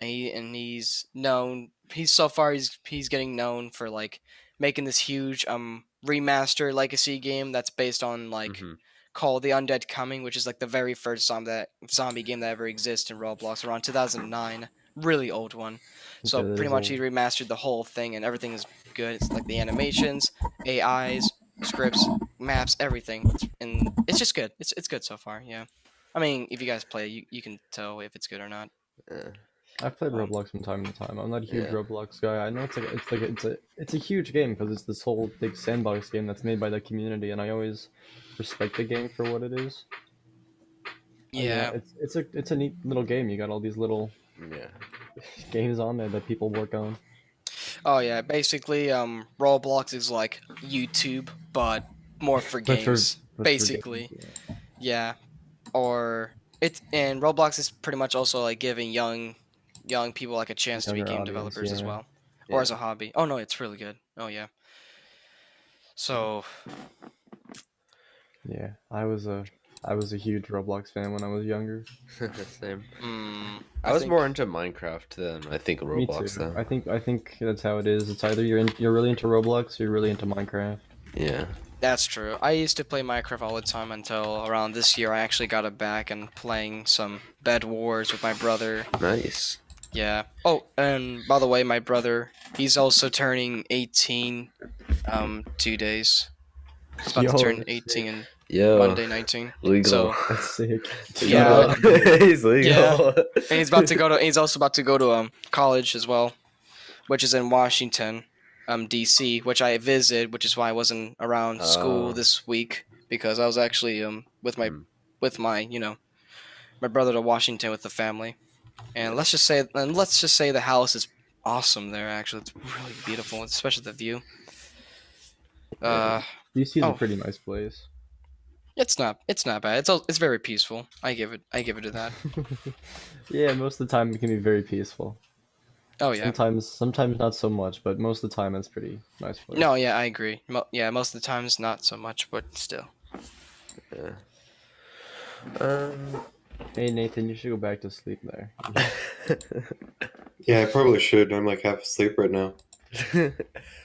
Speaker 2: and he and he's known he's so far he's he's getting known for like making this huge um remaster legacy game that's based on like
Speaker 1: Mhm.
Speaker 2: called The Undead Coming, which is like the very first zombie that, zombie game that ever exists in Roblox around 2009. Really old one. So
Speaker 3: Okay, that
Speaker 2: pretty
Speaker 3: is
Speaker 2: much
Speaker 3: old.
Speaker 2: he remastered the whole thing, and everything is good. It's like the animations, AIs, scripts, maps, everything, It's- and it's just good. It's it's good so far. Yeah. I mean, if you guys play, you, you can tell if it's good or not.
Speaker 1: Yeah.
Speaker 3: I've played
Speaker 2: Um,
Speaker 3: Roblox from time to time. I'm not a huge
Speaker 1: yeah.
Speaker 3: Roblox guy. I know it's like it's like it's a it's a huge game because it's this whole big sandbox game that's made by the community, and I always respect the game for what it is. And, uh,
Speaker 2: Yeah.
Speaker 3: it's it's a it's a neat little game. You got all these little
Speaker 1: yeah.
Speaker 3: games on there that people work on.
Speaker 2: Oh yeah. Basically, um, Roblox is like YouTube, but more for
Speaker 3: But for-
Speaker 2: games.
Speaker 3: That's ridiculous.
Speaker 2: Basically. Yeah, or it's and Roblox is pretty much also like giving young young people like a chance to be
Speaker 3: Younger
Speaker 2: game
Speaker 3: audience,
Speaker 2: developers as
Speaker 3: yeah.
Speaker 2: well, or
Speaker 1: Yeah.
Speaker 2: as a hobby. Oh no, it's really good. Oh yeah. So
Speaker 3: Yeah, I was a I was a huge Roblox fan when I was younger.
Speaker 1: Same.
Speaker 2: mm,
Speaker 1: I, was
Speaker 2: think-
Speaker 1: more into Minecraft than I think
Speaker 3: Me
Speaker 1: Roblox
Speaker 3: too.
Speaker 1: though.
Speaker 3: I think I think that's how it is. It's either you're in, you're really into Roblox or you're really into Minecraft.
Speaker 1: Yeah.
Speaker 2: That's true. I used to play Minecraft all the time until around this year. I actually got it back and playing some Bed Wars with my brother.
Speaker 1: Nice.
Speaker 2: Yeah. Oh, and by the way, my brother, he's also turning 18 um two days. He's about
Speaker 3: Yo,
Speaker 2: to turn
Speaker 3: that's
Speaker 2: 18 in
Speaker 1: Yeah.
Speaker 2: Monday 19.
Speaker 1: Legal.
Speaker 2: So
Speaker 3: That's sick. uh,
Speaker 2: Yeah.
Speaker 1: He's legal.
Speaker 2: and he's about to go to he's also about to go to um college as well, which is in Washington, um DC, which I visited, which is why I wasn't around
Speaker 1: Oh.
Speaker 2: school this week because I was actually um with my
Speaker 1: Mm.
Speaker 2: with my, you know, my brother to Washington with the family. And let's just say and let's just say the house is awesome there actually. It's really beautiful, especially the view. Uh
Speaker 3: DC's is a
Speaker 2: Oh.
Speaker 3: pretty nice place.
Speaker 2: it's not it's not bad. It's al- it's very peaceful. I give it I give it to that.
Speaker 3: yeah, most of the time it can be very peaceful.
Speaker 2: Oh yeah.
Speaker 3: Sometimes sometimes not so much, but most of the time it's pretty nice place.
Speaker 2: No, yeah, I agree. Mo- yeah, most of the times not so much, but still.
Speaker 1: um,
Speaker 3: Hey Nathan, you should go back to sleep there.
Speaker 4: Yeah, I probably should. I'm like half asleep right now.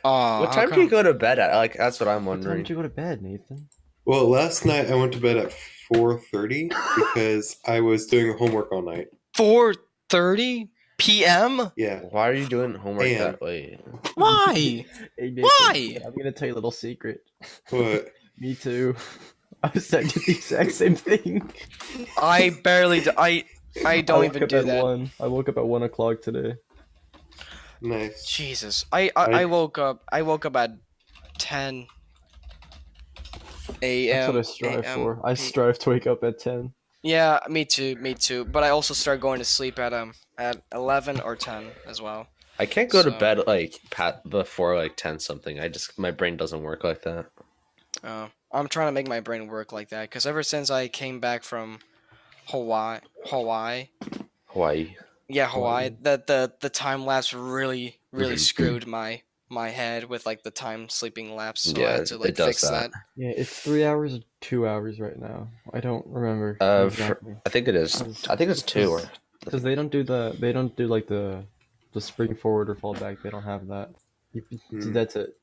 Speaker 2: Oh,
Speaker 1: what time do you go to bed at? Like that's what I'm
Speaker 3: What time
Speaker 1: wondering.
Speaker 3: did you go to bed, Nathan?
Speaker 4: Well, last night I went to bed at 4:30 because I was doing homework all night.
Speaker 2: Four thirty? p.m.
Speaker 5: Yeah.
Speaker 1: Why are you doing homework
Speaker 5: Damn.
Speaker 1: that way?
Speaker 2: Why?
Speaker 3: Hey, Nathan,
Speaker 2: Why?
Speaker 3: I'm gonna tell you a little secret.
Speaker 5: What?
Speaker 3: Me too. I was I did the exact same thing.
Speaker 2: I barely. Do, I I don't
Speaker 3: woke
Speaker 2: even
Speaker 3: up
Speaker 2: do
Speaker 3: at
Speaker 2: that.
Speaker 3: One. I woke up at one o'clock today.
Speaker 5: Nice.
Speaker 2: Jesus, I I, I
Speaker 5: I-
Speaker 2: woke up. I woke up at ten a.m.
Speaker 3: That's what I strive
Speaker 2: AM.
Speaker 3: for. I strive to wake up at ten.
Speaker 2: Yeah, me too, me too. But I also start going to sleep at um at eleven or ten as well.
Speaker 1: I can't go
Speaker 2: So-
Speaker 1: to bed like pat before like ten something. I just my brain doesn't work like that.
Speaker 2: Uh, I'm trying to make my brain work like that because ever since I came back from Hawaii, Hawaii,
Speaker 1: Hawaii.
Speaker 2: yeah, Hawaii, that the the time lapse really really
Speaker 1: Mhm.
Speaker 2: screwed my my head with like the time sleeping lapse. So I
Speaker 1: Yeah,
Speaker 2: had to
Speaker 1: it
Speaker 2: like
Speaker 1: does
Speaker 2: fix
Speaker 1: that.
Speaker 2: that.
Speaker 3: Yeah, it's three hours or two hours right now. I don't remember.
Speaker 1: Uh, for-
Speaker 3: exactly.
Speaker 1: I think it is.
Speaker 2: Um,
Speaker 1: I think it's two. Or...
Speaker 3: Because they don't do the they don't do like the the spring forward or fall back. They don't have that. You,
Speaker 5: Hmm.
Speaker 3: That's it.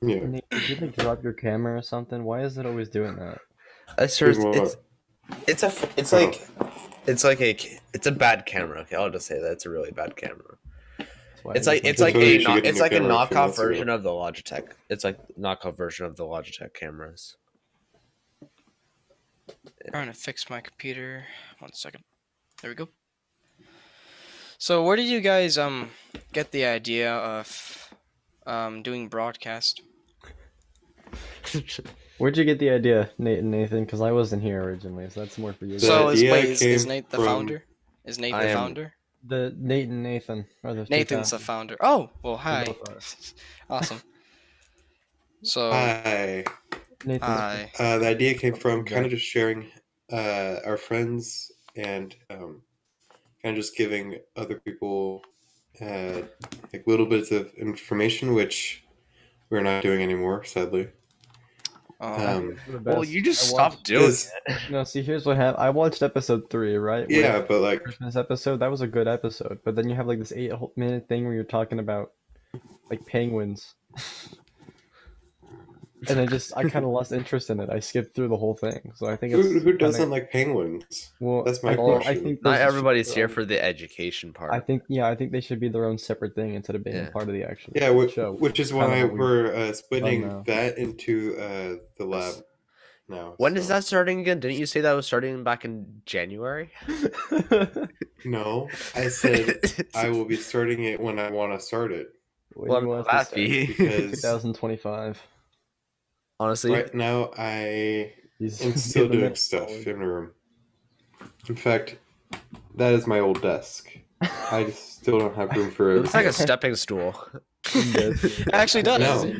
Speaker 5: Yeah.
Speaker 3: Nate, Did you like drop your camera or something? Why is it always doing that?
Speaker 1: It's,
Speaker 5: Good
Speaker 1: it's, it's, it's a f- it's
Speaker 5: Oh.
Speaker 1: like it's like a c- it's a bad camera. Okay, I'll just say that it's a really bad camera.
Speaker 3: That's why
Speaker 1: It's
Speaker 3: I
Speaker 1: like
Speaker 3: just
Speaker 1: it's like
Speaker 5: That's why
Speaker 1: a
Speaker 5: you should
Speaker 1: knock-
Speaker 5: get a
Speaker 1: it's
Speaker 5: new
Speaker 1: like a
Speaker 5: camera if you
Speaker 1: knockoff
Speaker 5: want to.
Speaker 1: version of the Logitech. It's like knockoff version of the Logitech cameras.
Speaker 2: Trying to fix my computer. One second. There we go. So where did you guys um get the idea of um doing broadcast?
Speaker 3: Where'd you get the idea, Nate and Nathan? Because I wasn't here originally, so that's more for you.
Speaker 5: The
Speaker 2: so is,
Speaker 5: idea
Speaker 2: wait, is, is
Speaker 5: came
Speaker 2: Nate the
Speaker 5: from-
Speaker 2: founder? Is Nate
Speaker 1: I
Speaker 2: the
Speaker 1: am-
Speaker 2: founder?
Speaker 3: the Nate and Nathan are the two
Speaker 2: Nathan's the
Speaker 3: founders.
Speaker 2: founder. Oh well, hi.
Speaker 3: both are.
Speaker 2: awesome. So
Speaker 5: Hi.
Speaker 3: Nathan's
Speaker 2: hi.
Speaker 5: Uh, the idea came from kind
Speaker 3: Okay.
Speaker 5: of just sharing uh, our friends and um, kind of just giving other people uh, like little bits of information, which we're not doing anymore, sadly.
Speaker 2: Oh,
Speaker 5: um,
Speaker 3: the best.
Speaker 1: Well, you just
Speaker 3: I
Speaker 1: stopped doing.
Speaker 5: Because-
Speaker 3: watched- No, see, here's what happened. I watched episode three, right? Where
Speaker 5: yeah, but like,
Speaker 3: Christmas episode. That was a good episode, but then you have like this eight whole minute thing where you're talking about like penguins, and I just I kind of lost interest in it. I skipped through the whole thing, so I think it's
Speaker 5: who, who
Speaker 3: kinda-
Speaker 5: doesn't like penguins?
Speaker 3: Well,
Speaker 5: that's my
Speaker 3: I think, I
Speaker 5: question.
Speaker 3: think
Speaker 1: Not
Speaker 3: those should
Speaker 1: everybody's
Speaker 3: be
Speaker 1: here
Speaker 3: their
Speaker 1: for the education
Speaker 3: own- I
Speaker 1: part.
Speaker 3: think yeah, I think they should be their own separate thing instead of being
Speaker 1: Yeah.
Speaker 3: part of the actual
Speaker 5: Yeah, which,
Speaker 3: show.
Speaker 5: which is
Speaker 3: kinda
Speaker 5: why
Speaker 3: what we-
Speaker 5: we're uh, splitting
Speaker 3: now.
Speaker 5: that into uh, the lab now.
Speaker 1: When is
Speaker 5: so-
Speaker 1: that starting again? Didn't you say that was starting back in January?
Speaker 5: No, I said I will be starting it when I want to start it.
Speaker 3: When
Speaker 1: Well,
Speaker 3: you
Speaker 1: I'm
Speaker 3: want us to start?
Speaker 1: happy.
Speaker 5: Because
Speaker 3: 2025.
Speaker 1: Honestly,
Speaker 5: right now I
Speaker 3: He's
Speaker 5: am still doing stuff in the room. In fact, that is my old desk. I just still don't have room for
Speaker 1: it
Speaker 5: it.
Speaker 1: looks like a stepping stool.
Speaker 2: it actually does.
Speaker 5: No.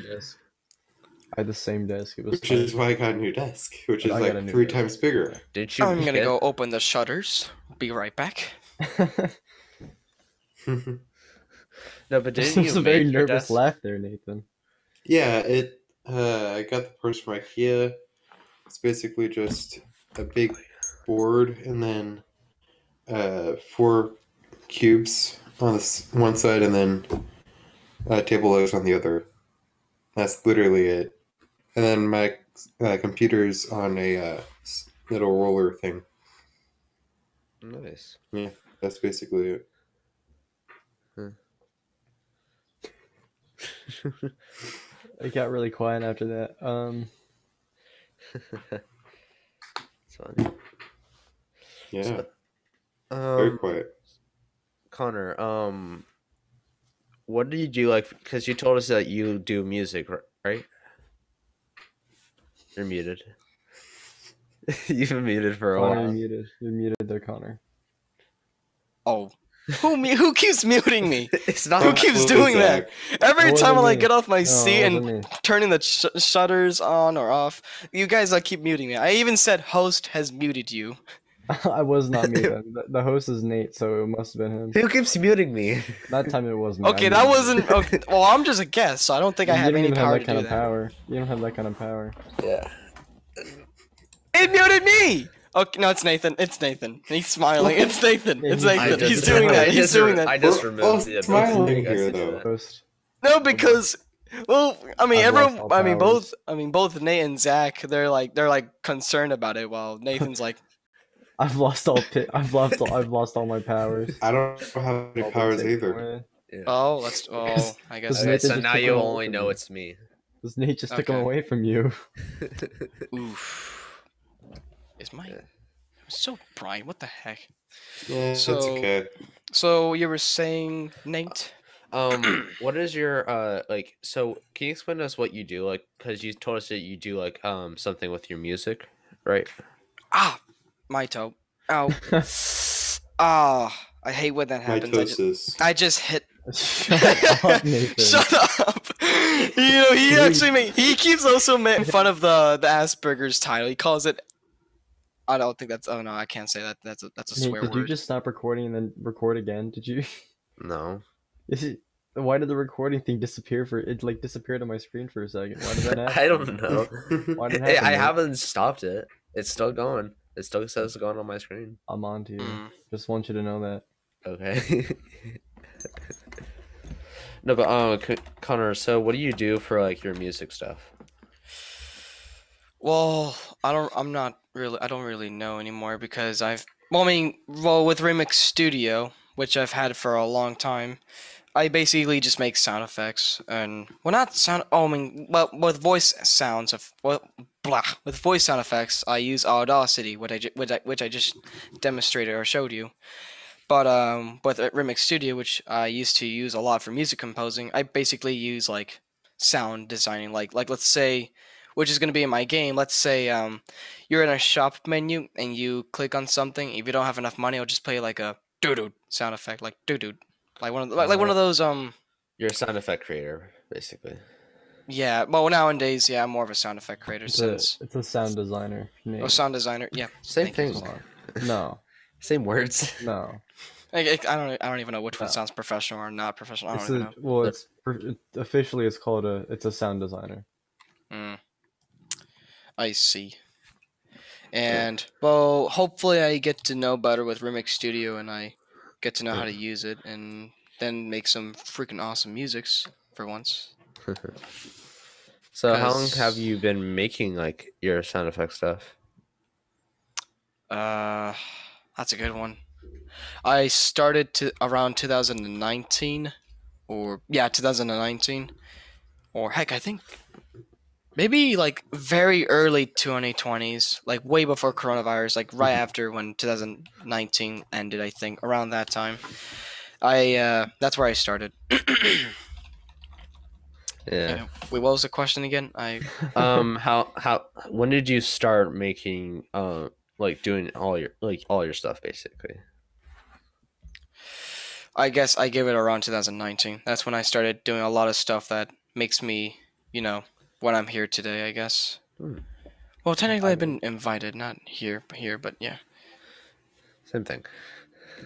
Speaker 3: I had the same desk. It was
Speaker 5: which is
Speaker 3: fine.
Speaker 5: why I got a new desk, which
Speaker 3: But
Speaker 5: is
Speaker 3: I got a
Speaker 5: like
Speaker 3: new
Speaker 5: three
Speaker 3: desk.
Speaker 5: times bigger.
Speaker 1: Did you?
Speaker 2: I'm gonna
Speaker 1: get-
Speaker 2: go open the shutters. Be right back.
Speaker 1: No, but
Speaker 3: This
Speaker 1: didn't
Speaker 3: was
Speaker 1: you
Speaker 3: a very
Speaker 1: make your
Speaker 3: nervous
Speaker 1: desk-
Speaker 3: laugh there, Nathan.
Speaker 5: yeah, it. Uh, I got the parts from IKEA. It's basically just a big board and then uh, four cubes on this one side, and then uh, table legs on the other. That's literally it. And then my uh, computer's on a uh, s- little roller thing.
Speaker 1: Nice.
Speaker 5: That's basically it.
Speaker 3: It got really quiet after that. Um,
Speaker 1: It's funny.
Speaker 5: Yeah, very
Speaker 1: Um,
Speaker 5: quiet.
Speaker 1: Connor, um, what do you do? Like, because you told us that you do music, r- right? You're muted. You've been muted for a
Speaker 3: Connor, you're
Speaker 1: while.
Speaker 3: muted. You're muted there, Connor.
Speaker 2: Oh, who mu- who keeps muting me?
Speaker 1: It's not.
Speaker 2: Who keeps doing that? Every
Speaker 3: It
Speaker 2: time I
Speaker 3: wasn't
Speaker 2: like
Speaker 3: me.
Speaker 2: get off my
Speaker 3: No, Oh, it
Speaker 2: seat and
Speaker 3: wasn't me.
Speaker 2: turning the sh- shutters on or off. You guys like keep muting me. I even said host has muted you.
Speaker 3: I was not me. Then. The, the host is Nate, so it must have been him.
Speaker 1: Who keeps muting me?
Speaker 3: That time it was me. I
Speaker 2: Okay, that
Speaker 3: muted you.
Speaker 2: wasn't. Okay, well, I'm just a guest, so I don't think I
Speaker 3: You
Speaker 2: have
Speaker 3: don't
Speaker 2: any
Speaker 3: even
Speaker 2: power
Speaker 3: that
Speaker 2: to
Speaker 3: kind
Speaker 2: do
Speaker 3: of
Speaker 2: that.
Speaker 3: power. You don't have that kind of power.
Speaker 1: Yeah.
Speaker 2: It muted me. Okay, no, it's Nathan. It's Nathan. He's smiling. It's Nathan. It's
Speaker 3: I
Speaker 2: Nathan.
Speaker 3: just-
Speaker 2: He's doing that.
Speaker 1: I
Speaker 2: He's
Speaker 1: just
Speaker 2: doing
Speaker 1: re- I
Speaker 2: that.
Speaker 1: just
Speaker 5: We're
Speaker 1: removed
Speaker 5: both
Speaker 1: the ability
Speaker 5: smiling
Speaker 1: for you guys to
Speaker 5: here,
Speaker 1: do
Speaker 5: though.
Speaker 1: that.
Speaker 3: Host.
Speaker 2: No, because. Well, I mean,
Speaker 3: I've lost
Speaker 2: everyone.
Speaker 3: all
Speaker 2: I mean,
Speaker 3: powers.
Speaker 2: both. I mean, both Nate and Zach. They're like, they're like concerned about it, while Nathan's like,
Speaker 3: I've lost all pit. I've lost all. I've lost all my powers.
Speaker 5: I don't have any
Speaker 3: All been
Speaker 5: powers
Speaker 3: taken
Speaker 5: either.
Speaker 3: away.
Speaker 1: Yeah.
Speaker 2: Oh, let's. Oh, I guess.
Speaker 3: Does
Speaker 1: Okay,
Speaker 3: Nathan
Speaker 1: so
Speaker 3: just
Speaker 1: now
Speaker 3: took
Speaker 1: you
Speaker 3: over
Speaker 1: only
Speaker 3: for
Speaker 1: know
Speaker 3: me.
Speaker 1: it's me.
Speaker 3: This Nate just took him
Speaker 2: Okay.
Speaker 3: away from you.
Speaker 2: Oof. Is my.
Speaker 1: Yeah.
Speaker 2: I'm so bright. What the heck?
Speaker 5: Yeah, it's
Speaker 2: So-
Speaker 5: okay.
Speaker 2: So you were saying, Nate?
Speaker 3: Uh,
Speaker 1: um, what is your uh like? So can you explain to us what you do? Like, because you told us that you do like um something with your music, right?
Speaker 2: Ah, my toe. Ow. ah, I hate when that happens. I just,
Speaker 5: Mitosis.
Speaker 2: I just hit
Speaker 3: Shut up, Nathan.
Speaker 2: Shut up! You know, he actually make, he keeps also making fun of the the Asperger's title. He calls it. I don't think that's. Oh no, I can't say that. That's a, that's a
Speaker 3: Nate,
Speaker 2: swear
Speaker 3: did
Speaker 2: word.
Speaker 3: you just stop recording and then record again? Did you?
Speaker 1: No.
Speaker 3: Is it? Why did the recording thing disappear for? It like disappeared on my screen for a second. Why did that happen?
Speaker 1: I don't know.
Speaker 3: Why did it
Speaker 1: I-
Speaker 3: happen,
Speaker 1: I
Speaker 3: Nate?
Speaker 1: haven't stopped it. It's still going. It still says going on my screen.
Speaker 3: I'm on to you.
Speaker 2: Mm.
Speaker 3: Just want you to know that.
Speaker 1: Okay. no, but um, C- Connor. So, what do you do for like your music stuff?
Speaker 2: Well, I don't. I'm not really. I don't really know anymore because I've. Well, I mean, well, with Remix Studio, which I've had for a long time, I basically just make sound effects and well, not sound. Oh, I mean, well, with voice sounds of well, blah. With voice sound effects, I use Audacity, which I ju- which I, which I just demonstrated or showed you. But um, with uh, Remix Studio, which I used to use a lot for music composing, I basically use like sound designing, like like let's say which is going to be in my game. Let's say um, you're in a shop menu and you click on something. If you don't have enough money, it'll just play like a doo doo sound effect, like doo doo, like one of the, like, like one of those um
Speaker 1: You're a sound effect creator, basically.
Speaker 2: yeah. Well, nowadays, yeah, I'm more of a sound effect creator
Speaker 3: It's a,
Speaker 2: since
Speaker 3: it's a sound designer. Nate.
Speaker 2: or sound designer. Yeah,
Speaker 1: Same
Speaker 2: Thank
Speaker 1: thing.
Speaker 3: Come on. No,
Speaker 1: Same words.
Speaker 3: no.
Speaker 2: I, I- I don't I don't even know which one
Speaker 3: No.
Speaker 2: sounds professional or not professional. I don't
Speaker 3: It's
Speaker 2: even
Speaker 3: a,
Speaker 2: know.
Speaker 3: well, it's pr- officially it's called a. It's a sound designer.
Speaker 2: Mm. I see. And well, hopefully I get to know better with Remix Studio and I get to know how to use it and then make some freaking awesome musics for once.
Speaker 1: so, how long have
Speaker 2: Cause-
Speaker 1: you been making like your sound effect stuff?
Speaker 2: Uh that's a good one. I started to around 2019 or yeah, 2019 or heck, I think maybe like very early 2020s, like way before coronavirus, like right after when 2019 ended, I think around that time. I uh that's where I started.
Speaker 1: Yeah.
Speaker 2: Wait, what was the question again? I
Speaker 1: um. How how when did you start making um like doing all your like all your stuff basically?
Speaker 2: I guess I give it around 2019. That's when I started doing a lot of stuff that makes me, you know, what I'm here today, I guess.
Speaker 1: Hmm.
Speaker 2: Well, technically, I've been invited, not here, here, but yeah,
Speaker 1: Same thing.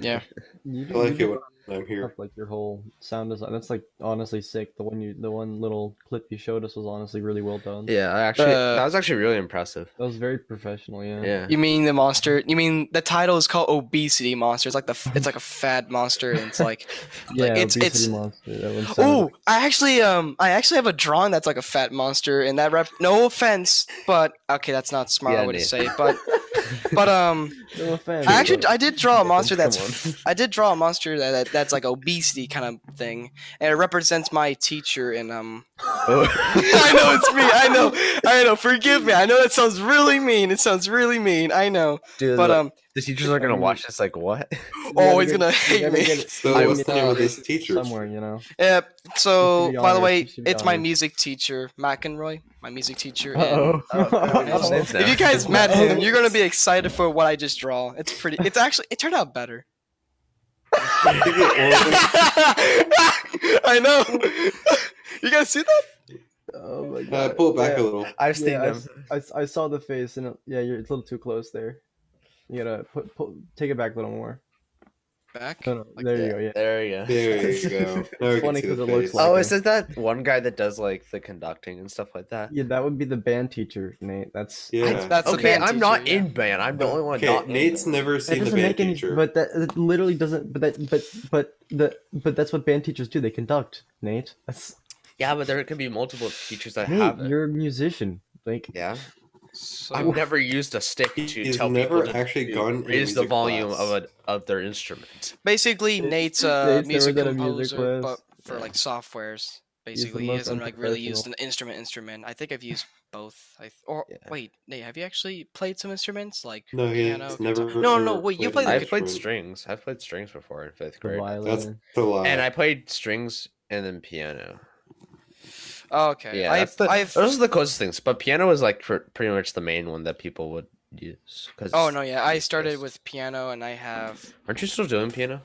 Speaker 2: yeah.
Speaker 3: You,
Speaker 5: I
Speaker 3: do-
Speaker 5: like
Speaker 3: you
Speaker 5: it
Speaker 3: do
Speaker 5: when I'm here.
Speaker 3: up, like your whole sound design. That's like honestly sick. The one you, the one little clip you showed us was honestly really well done.
Speaker 1: Yeah. I actually,
Speaker 2: Uh,
Speaker 1: that was actually really impressive.
Speaker 3: That was very professional. Yeah.
Speaker 1: Yeah.
Speaker 2: You mean the monster? You mean the title is called Obesity Monster? It's like the, f- it's like a fad monster, and it's like,
Speaker 3: Yeah,
Speaker 2: it's-
Speaker 3: Obesity
Speaker 2: it's-
Speaker 3: monster. That one sounded-
Speaker 2: oh, I actually, um, I actually have a drawing that's like a fat monster, and that rep. No offense, but okay, that's not a smart
Speaker 1: Yeah,
Speaker 2: way to
Speaker 1: Nate.
Speaker 2: say it, but, but um.
Speaker 3: No offense.
Speaker 2: I actually I did draw a
Speaker 1: Nathan,
Speaker 2: monster
Speaker 1: come
Speaker 2: that's
Speaker 1: on.
Speaker 2: f- I did draw a monster that, that that's like obesity kind of thing, and it represents my teacher. And um, I know it's me. I know. I know. Forgive me. I know that sounds really mean. It sounds really mean. I know.
Speaker 1: Dude,
Speaker 2: But um,
Speaker 1: the teachers are gonna watch this. Like, what?
Speaker 2: oh, he's gonna
Speaker 3: You
Speaker 2: hate
Speaker 3: gotta
Speaker 2: me.
Speaker 3: get it
Speaker 5: So
Speaker 1: I
Speaker 5: what's
Speaker 3: was-
Speaker 5: the name of this teacher?
Speaker 3: somewhere, you know.
Speaker 2: Yep. So
Speaker 3: should be
Speaker 2: by the
Speaker 3: honest, you
Speaker 2: way,
Speaker 3: should be
Speaker 2: it's my
Speaker 3: honest.
Speaker 2: music teacher, McEnroy. My music teacher. and-
Speaker 3: Uh-oh.
Speaker 1: oh,
Speaker 2: his
Speaker 1: oh. name's
Speaker 2: If
Speaker 1: now.
Speaker 2: you guys met him,
Speaker 3: Uh-oh.
Speaker 2: you're gonna be excited for what I just draw. It's pretty. It's actually. It turned out better.
Speaker 5: I think it-
Speaker 2: I know. You guys see that?
Speaker 3: Oh my
Speaker 5: uh,
Speaker 3: god.
Speaker 5: pull it back
Speaker 3: yeah.
Speaker 5: a little.
Speaker 1: I've seen
Speaker 3: yeah, I
Speaker 1: them.
Speaker 3: s- I, s- I saw the face, and it, yeah, you're it's a little too close there. You gotta put, pull, take it back a little more.
Speaker 2: Back.
Speaker 3: No, no,
Speaker 2: Like
Speaker 3: there
Speaker 2: that.
Speaker 3: you go. Yeah.
Speaker 1: There you go.
Speaker 5: There you go. Now we can
Speaker 3: funny
Speaker 5: see
Speaker 3: 'cause
Speaker 5: the
Speaker 3: it looks
Speaker 5: face.
Speaker 3: like-
Speaker 1: oh,
Speaker 3: him.
Speaker 1: is it that one guy that does like the conducting and stuff like that?
Speaker 3: Yeah, that would be the band teacher, Nate. That's
Speaker 5: yeah.
Speaker 2: That's the
Speaker 1: okay,
Speaker 2: band
Speaker 1: I'm not
Speaker 2: teacher, yeah.
Speaker 1: in band. I'm the only one
Speaker 5: Okay,
Speaker 1: not. in
Speaker 5: Nate's
Speaker 1: band.
Speaker 5: never
Speaker 3: that
Speaker 5: seen the
Speaker 3: doesn't
Speaker 5: band
Speaker 3: make any.
Speaker 5: teacher.
Speaker 3: But that it literally doesn't. But that. But but the. But that's what band teachers do. They conduct. Nate. That's
Speaker 1: Yeah, but there could be multiple teachers that
Speaker 3: Nate.
Speaker 1: have it.
Speaker 3: You're a musician. Like
Speaker 1: Yeah,
Speaker 2: So,
Speaker 1: I've never used a stick to
Speaker 5: He's
Speaker 1: tell
Speaker 5: never
Speaker 1: people to
Speaker 5: actually
Speaker 1: to
Speaker 5: gone in a
Speaker 1: raise the
Speaker 5: music
Speaker 1: volume of
Speaker 5: class.
Speaker 1: a of their instrument.
Speaker 2: basically, Nate's
Speaker 3: Nate's-
Speaker 2: a
Speaker 3: Nate's never
Speaker 2: music
Speaker 3: done a music
Speaker 2: composer, but
Speaker 3: class.
Speaker 2: for
Speaker 3: Yeah.
Speaker 2: like softwares.
Speaker 3: the
Speaker 2: Basically, he
Speaker 3: most
Speaker 2: hasn't like really used an instrument. Instrument. I think I've used both. I th- or
Speaker 1: Yeah.
Speaker 2: wait, Nate, have you actually played some instruments like
Speaker 5: No, he
Speaker 2: piano?
Speaker 5: has
Speaker 2: guitar?
Speaker 5: never.
Speaker 2: No, no,
Speaker 5: ever
Speaker 2: wait, you
Speaker 5: played
Speaker 2: play
Speaker 5: an
Speaker 1: I've played
Speaker 5: instrument.
Speaker 1: strings. I've played strings before in fifth
Speaker 3: The
Speaker 1: grade,
Speaker 3: violin.
Speaker 5: That's a lie.
Speaker 1: and I played strings and then piano.
Speaker 2: Oh, okay.
Speaker 1: Yeah,
Speaker 2: I,
Speaker 1: that's the,
Speaker 2: I've.
Speaker 1: those are the closest things. But piano is like pr- pretty much the main one that people would use. Cause
Speaker 2: Oh no, yeah. I
Speaker 1: Jesus
Speaker 2: started
Speaker 1: Christ.
Speaker 2: with piano, and I have
Speaker 1: aren't you still doing piano?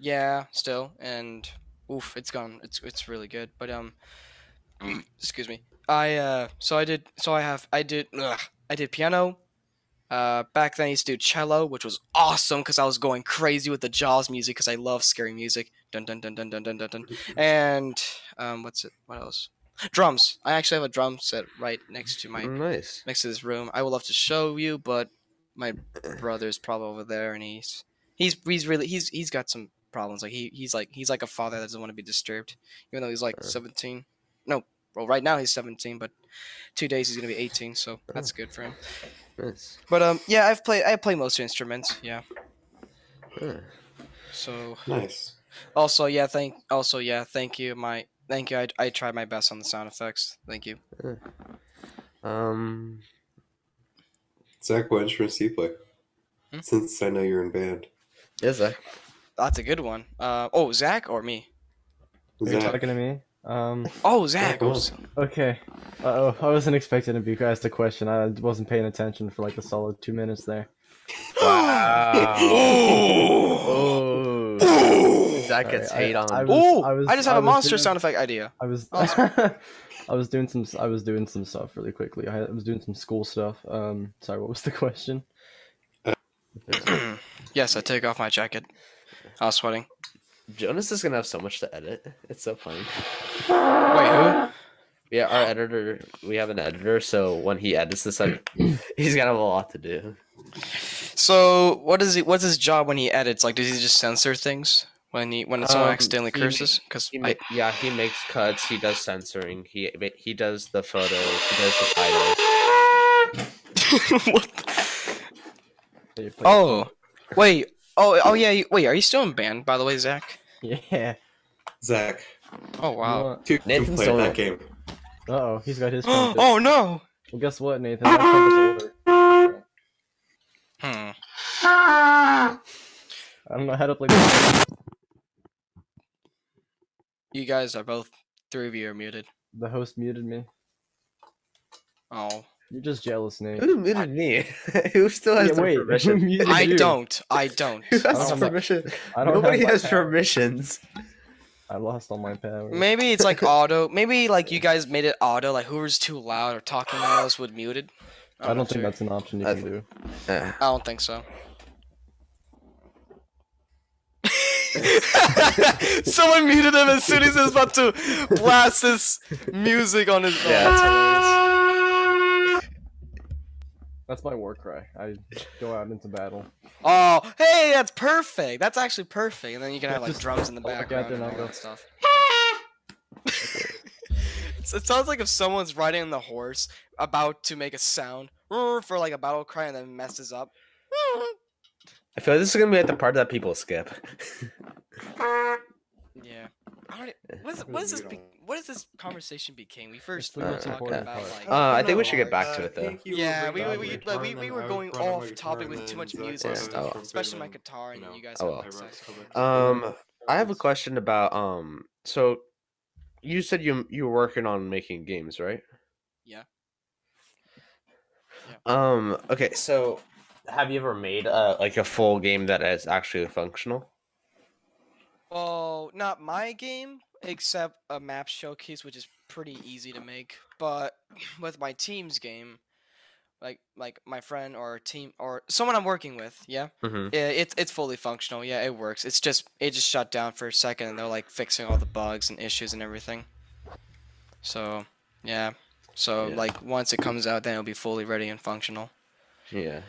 Speaker 2: yeah, still, and oof, it's gone. It's it's really good, but um, excuse me. I uh, so I did, so I have, I did, ugh, I did piano. Uh, back then I used to do cello, which was awesome because I was going crazy with the Jaws music because I love scary music. Dun dun dun dun dun dun dun dun. And um, what's it? What else? Drums. I actually have a drum set right next to my
Speaker 1: Mm, nice.
Speaker 2: next to this room. I would love to show you, but my brother's probably over there, and he's he's he's really he's he's got some problems. Like he he's like he's like a father that doesn't want to be disturbed, even though he's like
Speaker 1: Uh.
Speaker 2: seventeen. No, well, right now he's seventeen, but two days he's gonna be eighteen, so that's good for him.
Speaker 1: Nice.
Speaker 2: But um, yeah, I've played I play most instruments. Yeah,
Speaker 1: Huh.
Speaker 2: so
Speaker 5: Nice.
Speaker 2: also yeah, thank also yeah, thank you, my thank you. I I tried my best on the sound effects. Thank you.
Speaker 1: Um,
Speaker 5: Zach, what instruments do you play?
Speaker 2: Hmm?
Speaker 5: Since I know you're in band.
Speaker 1: yes, I.
Speaker 2: That's a good one. Uh, oh, Zach or me?
Speaker 3: Are you
Speaker 5: Zach,
Speaker 3: talking to me? Um.
Speaker 2: Oh, Zach.
Speaker 5: go
Speaker 2: oh,
Speaker 5: on.
Speaker 2: s-
Speaker 3: Okay. Uh oh. I wasn't expecting to be asked a question. I wasn't paying attention for like a solid two minutes there.
Speaker 1: Wow. oh. Zach
Speaker 3: Sorry,
Speaker 1: gets
Speaker 3: I-
Speaker 1: hate on.
Speaker 3: I was-
Speaker 2: Ooh, I,
Speaker 3: was-
Speaker 2: just have
Speaker 3: I
Speaker 2: a
Speaker 3: was
Speaker 2: monster
Speaker 3: doing-
Speaker 2: sound effect idea.
Speaker 3: I was
Speaker 2: Oh,
Speaker 3: I was doing some I was doing some stuff really quickly. I was doing some school stuff. Um, sorry, what was the question?
Speaker 2: yes, I take off my jacket. I was sweating.
Speaker 1: Jonas is gonna have so much to edit. It's so funny.
Speaker 2: Wait, who?
Speaker 1: Yeah, our editor. We have an editor, so when he edits this, I- he's gonna have a lot to do.
Speaker 2: So, what is he? What's his job when he edits? Like, does he just censor things when he when someone
Speaker 1: Um,
Speaker 2: accidentally
Speaker 1: he ma-
Speaker 2: curses? Because
Speaker 1: He ma- yeah, he makes cuts. He does censoring. He ma- he does the photos. He does the title.
Speaker 3: That you played?
Speaker 2: oh, wait. Oh, oh yeah. you- Wait, are you still in band? By the way, Zach.
Speaker 3: yeah.
Speaker 5: Zach,
Speaker 2: Oh wow.
Speaker 5: two
Speaker 1: Nathan's
Speaker 5: played
Speaker 1: still
Speaker 5: that
Speaker 1: in.
Speaker 5: game.
Speaker 3: Uh oh, he's got his. phone fixed.
Speaker 2: oh no.
Speaker 3: Well, guess what, Nathan? That phone is older.
Speaker 2: Hmm. Ah!
Speaker 3: I don't know how to play. The
Speaker 2: You guys are both. Three of you are muted.
Speaker 3: the host muted me.
Speaker 2: Oh,
Speaker 3: You're just jealous, Nate.
Speaker 1: Who muted me? Who still has
Speaker 3: Yeah,
Speaker 1: the
Speaker 3: wait, who
Speaker 1: permission?
Speaker 3: muted
Speaker 2: I
Speaker 3: you?
Speaker 2: don't. I don't.
Speaker 1: Who has
Speaker 3: don't have my-
Speaker 1: permission?
Speaker 3: I don't
Speaker 1: Nobody
Speaker 3: have my
Speaker 1: has
Speaker 3: power.
Speaker 1: permissions.
Speaker 3: I lost all my power.
Speaker 2: Maybe it's like auto. Maybe like you guys made it auto. Like whoever's too loud or talking the most would muted.
Speaker 3: I don't think that's an option you
Speaker 1: I
Speaker 3: can do.
Speaker 1: Uh,
Speaker 2: I don't think so. Someone muted him as soon as he was about to blast his music on his. Oh,
Speaker 1: Yeah.
Speaker 2: that's hilarious.
Speaker 3: That's my war cry. I go out into battle.
Speaker 2: Oh, hey, that's perfect. That's actually perfect. And then you can have like
Speaker 3: Just-
Speaker 2: drums in the
Speaker 3: oh my God,
Speaker 2: background
Speaker 3: they're
Speaker 2: and all
Speaker 3: not
Speaker 2: that
Speaker 3: going.
Speaker 2: stuff. It's- it sounds like if someone's riding on the horse about to make a sound "Roar," for like a battle cry and then messes up.
Speaker 1: I feel like this is gonna be at the part that people skip.
Speaker 2: Yeah. I don't, e- what, is, what is this? Be, what is this conversation became? We first
Speaker 3: the
Speaker 2: were
Speaker 1: most
Speaker 2: talking
Speaker 1: important
Speaker 2: about
Speaker 3: part.
Speaker 2: like.
Speaker 1: Uh, I think we should get back to it though.
Speaker 2: yeah, we we, we, like, we, we were going off topic with too much music
Speaker 1: Yeah.
Speaker 2: stuff,
Speaker 1: Oh.
Speaker 2: especially my guitar and
Speaker 5: you know,
Speaker 2: you guys.
Speaker 1: oh
Speaker 2: had,
Speaker 1: well.
Speaker 2: like, saxophone.
Speaker 1: Um, I have a question about um. So, you said you you were working on making games, right?
Speaker 2: Yeah.
Speaker 1: Um. Okay. So, have you ever made uh like a full game that is actually functional?
Speaker 2: Well, not my game, except a map showcase, which is pretty easy to make. But with my team's game, like like my friend or team or someone I'm working with, yeah,
Speaker 1: Mm-hmm.
Speaker 2: yeah, it's it's fully functional. Yeah, it works. It's just it just shut down for a second, and they're like fixing all the bugs and issues and everything. So yeah, so
Speaker 1: Yeah.
Speaker 2: like once it comes out, then it'll be fully ready and functional
Speaker 1: Yeah.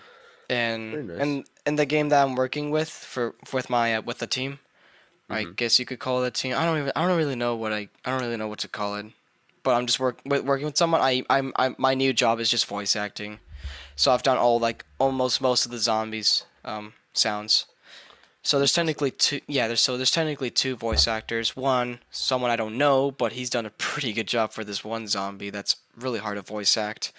Speaker 2: and
Speaker 1: nice.
Speaker 2: and and the game that I'm working with for with my uh, with the team, I guess you could call it a team. I don't even I don't really know what I I don't really know what to call it, but I'm just work with, working with someone. I I'm, I'm my new job is just voice acting, So I've done all like almost most of the zombies um, sounds. So there's technically two. Yeah, there's so there's technically two voice actors. One, someone I don't know, but he's done a pretty good job for this one zombie that's really hard to voice act,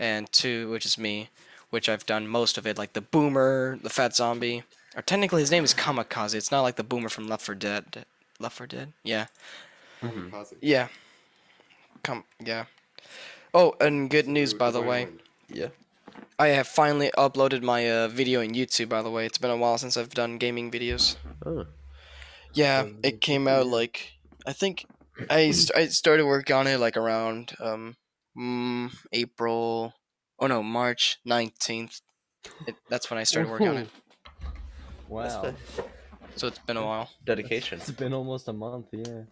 Speaker 2: and two, which is me, which I've done most of it, like the boomer, the fat zombie. Or technically, his name is Kamikaze. It's not like the boomer from Left for Dead. Left for Dead. Yeah.
Speaker 5: Positive.
Speaker 2: Yeah. Come. Yeah. Oh, and good news, by the way.
Speaker 1: Yeah.
Speaker 2: I have finally uploaded my uh, video on YouTube. By the way, it's been a while since I've done gaming videos.
Speaker 1: Oh.
Speaker 2: Yeah, it came out like I think I st- I started work on it like around um mm, April. Oh no, March nineteenth. That's when I started working on it.
Speaker 3: Wow,
Speaker 2: So it's been a while.
Speaker 1: Dedication.
Speaker 3: it's been almost a month. Yeah.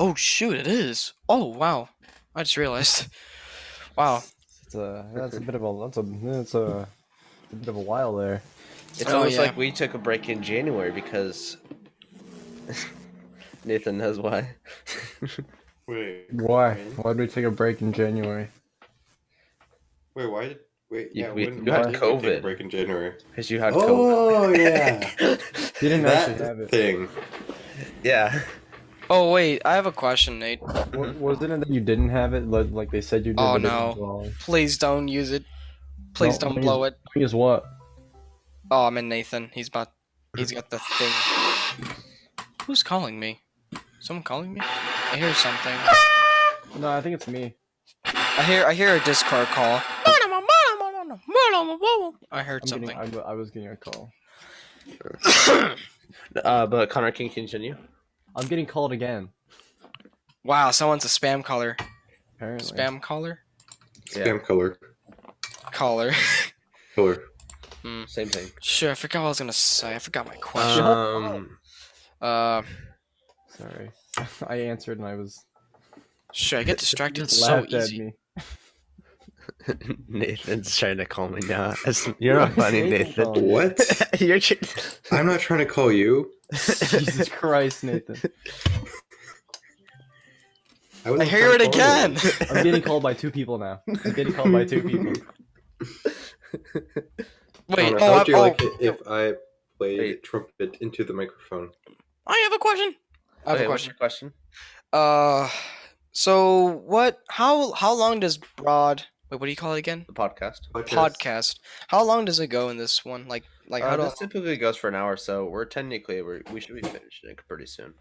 Speaker 2: Oh shoot, it is. Oh wow, I just realized. Wow.
Speaker 3: It's a that's a bit of a that's a that's a, it's a bit of a while there.
Speaker 1: It's
Speaker 2: Oh,
Speaker 1: almost
Speaker 2: yeah.
Speaker 1: like we took a break in January because Nathan knows why.
Speaker 5: Wait.
Speaker 3: Why?
Speaker 5: when?
Speaker 3: Why did we take a break in January?
Speaker 5: Wait, why did wait?
Speaker 1: You-
Speaker 5: yeah,
Speaker 1: we-
Speaker 5: when-
Speaker 1: you
Speaker 5: why
Speaker 1: had
Speaker 5: did we take a
Speaker 1: COVID.
Speaker 5: Break in January.
Speaker 1: Because you had
Speaker 5: Oh yeah,
Speaker 1: COVID.
Speaker 3: You didn't actually have
Speaker 5: that
Speaker 3: it.
Speaker 5: thing.
Speaker 1: yeah.
Speaker 2: Oh wait, I have a question, Nate.
Speaker 3: Wa- Wasn't it that you didn't have it? Like, like they said you did.
Speaker 2: Oh,
Speaker 3: but it was
Speaker 2: no.
Speaker 3: wrong?
Speaker 2: Please don't use it. Please
Speaker 3: No,
Speaker 2: don't
Speaker 3: please.
Speaker 2: blow it.
Speaker 3: Guess what?
Speaker 2: Oh, I'm in Nathan. He's about. He's got the thing. Who's calling me? Someone calling me? I hear something.
Speaker 3: No, I think it's me.
Speaker 2: I hear. I hear a Discord call. I heard
Speaker 3: I'm
Speaker 2: something.
Speaker 3: getting, I, w- I was getting a call.
Speaker 1: Uh, but Connor can continue.
Speaker 3: I'm getting called again.
Speaker 2: Wow, someone's a spam caller.
Speaker 3: Apparently.
Speaker 2: Spam caller.
Speaker 1: Yeah.
Speaker 5: Spam color.
Speaker 2: Caller.
Speaker 5: Color.
Speaker 1: Same thing.
Speaker 2: Sure, I forgot what I was gonna say. I forgot my
Speaker 3: Uh,
Speaker 2: question.
Speaker 1: Um,
Speaker 2: uh,
Speaker 3: Sorry, I answered and I was
Speaker 2: sure. I get distracted
Speaker 3: just
Speaker 2: so
Speaker 3: laughed at
Speaker 2: easy.
Speaker 3: me.
Speaker 1: Nathan's trying to call me now. It's- You're not funny, Nathan.
Speaker 3: Oh.
Speaker 5: What?
Speaker 1: You're ki-
Speaker 5: I'm not trying to call you.
Speaker 3: Jesus Christ, Nathan!
Speaker 2: I
Speaker 5: wasn't
Speaker 2: hear it
Speaker 3: oh,
Speaker 5: trying to call you.
Speaker 2: again.
Speaker 3: I'm getting called by two people now. I'm getting called by two people.
Speaker 2: Wait.
Speaker 5: Connor,
Speaker 2: Oh,
Speaker 5: how
Speaker 2: I,
Speaker 5: would you
Speaker 2: oh,
Speaker 5: like it if I played
Speaker 1: Wait.
Speaker 5: trumpet into the microphone?
Speaker 2: I have a question. I have
Speaker 1: Okay,
Speaker 2: a
Speaker 1: what's your question?
Speaker 2: question. Uh, so what? How how long does broad? Wait, what do you call it again?
Speaker 1: The podcast.
Speaker 2: Podcast. How long does it go in this one? Like like
Speaker 1: Uh,
Speaker 2: how do
Speaker 1: this typically goes for an hour, so we're technically we're, we should be finishing it pretty soon.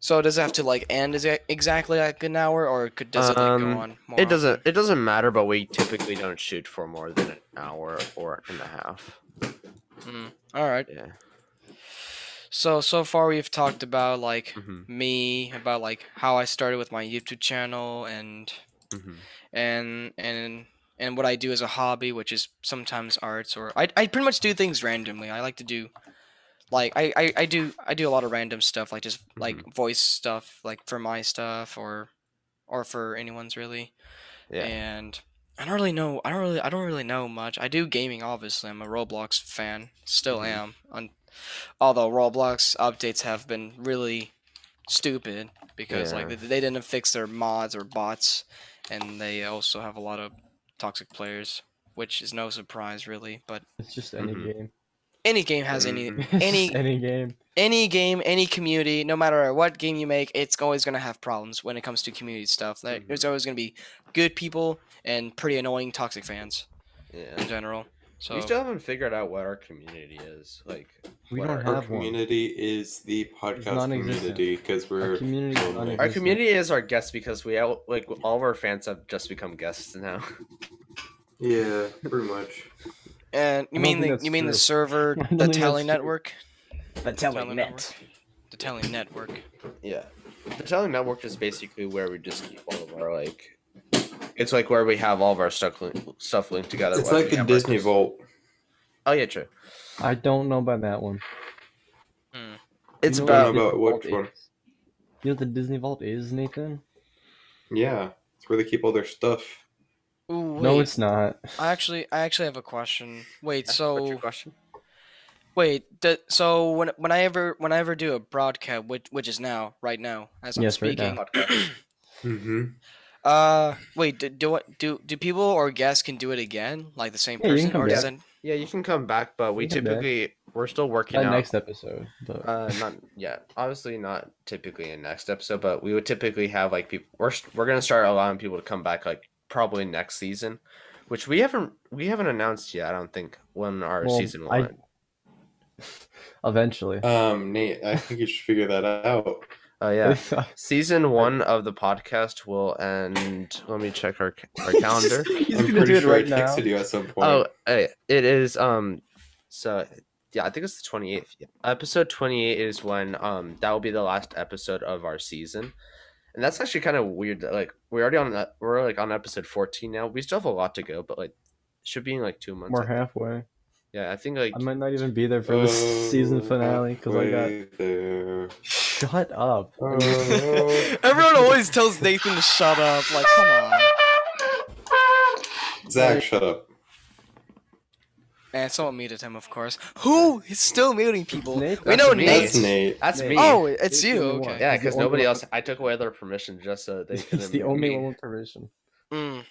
Speaker 2: so does it have to like end is it exactly like an hour or could does it like
Speaker 1: Um,
Speaker 2: go on more?
Speaker 1: It doesn't it doesn't matter, but we typically don't shoot for more than an hour or and a half.
Speaker 2: All right.
Speaker 1: Yeah.
Speaker 2: So so far we've talked about like
Speaker 1: Mhm.
Speaker 2: me about like how I started with my YouTube channel and
Speaker 1: Mhm.
Speaker 2: and and and what I do as a hobby, which is sometimes arts or I I pretty much do things randomly. I like to do like I I, I do I do a lot of random stuff, like just
Speaker 1: Mm-hmm.
Speaker 2: like voice stuff, like for my stuff or or for anyone's really.
Speaker 1: Yeah.
Speaker 2: And I don't really know. I don't really. I don't really know much. I do gaming, obviously. I'm a Roblox fan. Still
Speaker 1: Mm-hmm.
Speaker 2: am. On, although Roblox updates have been really stupid because like
Speaker 1: Yeah.
Speaker 2: they, they didn't fix their mods or bots, and they also have a lot of toxic players, which is no surprise really. But
Speaker 3: It's just any
Speaker 1: Mhm.
Speaker 3: game.
Speaker 2: any game has any
Speaker 1: Mhm.
Speaker 3: It's
Speaker 2: Mm-hmm. Any-
Speaker 3: just any game.
Speaker 2: any game, any community, no matter what game you make, it's always going to have problems when it comes to community stuff. There-
Speaker 3: Mm-hmm.
Speaker 2: There's always going to be good people and pretty annoying toxic fans in
Speaker 1: Yeah.
Speaker 2: general. So
Speaker 1: We still haven't figured out what our community is. Like
Speaker 3: We
Speaker 1: what
Speaker 3: don't
Speaker 1: our,
Speaker 5: Our
Speaker 3: have one.
Speaker 5: community is the podcast
Speaker 3: non-existent.
Speaker 5: community because we're
Speaker 3: Our community is
Speaker 5: lonely.
Speaker 1: our
Speaker 3: non-existent.
Speaker 1: community is our guests because we out, like all of our fans have just become guests now.
Speaker 5: yeah, pretty much.
Speaker 2: and you mean
Speaker 3: don't think
Speaker 2: the
Speaker 3: that's
Speaker 2: you mean the
Speaker 3: true.
Speaker 2: server,
Speaker 3: I don't
Speaker 2: the
Speaker 3: think that's
Speaker 2: tally
Speaker 3: true.
Speaker 2: network,
Speaker 3: The
Speaker 2: tally network, the tally network.
Speaker 1: Yeah. The Telling Network is basically where we just keep all of our like. It's like where we have all of our stuff link, stuff linked together.
Speaker 5: It's
Speaker 1: whether
Speaker 5: like
Speaker 1: we
Speaker 5: the
Speaker 1: have our
Speaker 5: Disney
Speaker 1: pers-
Speaker 5: Vault.
Speaker 1: Oh yeah, true.
Speaker 3: I don't know about that one. You
Speaker 1: It's
Speaker 3: know what
Speaker 5: I
Speaker 1: about
Speaker 5: don't know about
Speaker 3: Disney
Speaker 5: which
Speaker 3: Vault
Speaker 5: one.
Speaker 3: is? You know what the Disney Vault is, Nathan?
Speaker 5: Yeah, it's where they keep all their stuff.
Speaker 2: Ooh, wait.
Speaker 3: No, it's not.
Speaker 2: I actually I actually have a question. Wait,
Speaker 1: What's your
Speaker 2: so
Speaker 1: question?
Speaker 2: wait, d so when when I ever when I ever do a broadcast, which which is now right now as I'm
Speaker 3: Yes, right now.
Speaker 2: speaking,
Speaker 1: Podcast.
Speaker 5: Mm-hmm.
Speaker 2: Uh, wait. Do do, what, do do people or guests can do it again, like the same
Speaker 3: Yeah, you can
Speaker 2: person,
Speaker 3: come
Speaker 2: or
Speaker 3: back.
Speaker 2: does it?
Speaker 1: Yeah, you can come back, but we
Speaker 3: You can back.
Speaker 1: typically we're still working
Speaker 3: Not
Speaker 1: out.
Speaker 3: next episode, but
Speaker 1: uh, not yet. Obviously, not typically in next episode, but we would typically have like people. We're st- we're gonna start allowing people to come back like probably next season, which we haven't we haven't announced yet. I don't think when our
Speaker 3: Well,
Speaker 1: season
Speaker 3: I-
Speaker 1: one.
Speaker 3: eventually.
Speaker 1: uh,
Speaker 5: Um, Nate, I think you should figure that out.
Speaker 1: Oh yeah, season one of the podcast will end. Let me check our ca- our calendar.
Speaker 3: He's
Speaker 5: I'm
Speaker 3: gonna
Speaker 5: pretty
Speaker 3: do it
Speaker 5: sure
Speaker 3: right
Speaker 5: I
Speaker 3: now.
Speaker 5: texted you at some point.
Speaker 1: Oh, hey, it is. Um, so yeah, I think it's the twenty eighth. Episode twenty eight is when um that will be the last episode of our season, and that's actually kind of weird. That, like we're already on that- we're like on episode fourteen now. We still have a lot to go, but like should be in like two months. I
Speaker 3: We're
Speaker 1: think.
Speaker 3: halfway.
Speaker 1: Yeah, I think like
Speaker 3: I might not even be there for the
Speaker 5: Oh,
Speaker 3: season finale because I got.
Speaker 5: halfway There.
Speaker 3: Shut up.
Speaker 5: Oh.
Speaker 2: Everyone always tells Nathan to shut up. Like, come on.
Speaker 5: Zach, shut up.
Speaker 2: And someone muted him, of course. Who? He's still muting people.
Speaker 3: Nate?
Speaker 2: we know
Speaker 1: That's me.
Speaker 2: Nate.
Speaker 5: That's Nate.
Speaker 1: that's
Speaker 3: Nate.
Speaker 1: me.
Speaker 2: Oh, it's
Speaker 3: Nate's
Speaker 2: you.
Speaker 3: the only
Speaker 2: Okay.
Speaker 3: one.
Speaker 1: yeah,
Speaker 3: he's the
Speaker 1: because nobody
Speaker 3: only
Speaker 1: else. I took away their permission just so they couldn't.
Speaker 3: He's the
Speaker 1: mute
Speaker 3: only
Speaker 1: me.
Speaker 3: one with permission.
Speaker 2: Mm.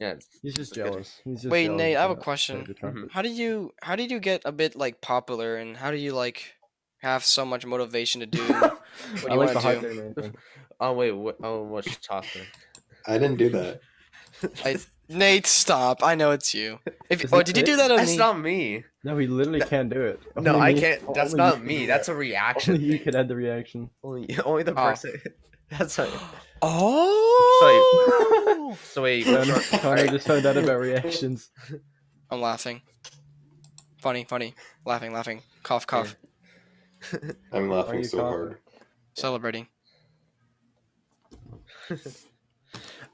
Speaker 1: Yeah,
Speaker 3: He's just
Speaker 1: Good.
Speaker 3: jealous. He's just
Speaker 2: Wait,
Speaker 3: jealous
Speaker 2: Nate, I have a
Speaker 3: about
Speaker 2: question.
Speaker 3: Andrew Trump.
Speaker 1: Mhm.
Speaker 2: How did you? How did you get a bit like popular, and how do you like have so much motivation to do what you
Speaker 3: I like the
Speaker 2: want
Speaker 3: hot
Speaker 2: to do?
Speaker 3: name anthem.
Speaker 1: Oh wait, what, oh what's topic?
Speaker 5: I didn't do that.
Speaker 2: Nate, stop! I know it's you. If
Speaker 3: Is
Speaker 2: oh,
Speaker 3: it
Speaker 2: did you
Speaker 3: Nate?
Speaker 2: do that on
Speaker 1: That's
Speaker 2: me?
Speaker 1: not me.
Speaker 3: No, he literally can't do it.
Speaker 1: No,
Speaker 3: Only
Speaker 1: I
Speaker 3: you-
Speaker 1: can't. That's
Speaker 3: only you
Speaker 1: not
Speaker 3: can
Speaker 1: me.
Speaker 3: do
Speaker 1: That's
Speaker 3: that.
Speaker 1: a reaction.
Speaker 3: Only you could add the reaction.
Speaker 1: Only, only the
Speaker 2: Oh.
Speaker 1: person. That's like,
Speaker 2: Oh!
Speaker 1: so wait.
Speaker 3: Connor,
Speaker 1: so-
Speaker 3: Connor just found out about reactions.
Speaker 2: I'm laughing. Funny, funny, laughing, laughing, cough, cough,
Speaker 5: I'm
Speaker 3: Are
Speaker 5: laughing
Speaker 3: you
Speaker 5: so
Speaker 3: coughing?
Speaker 5: hard.
Speaker 2: celebrating.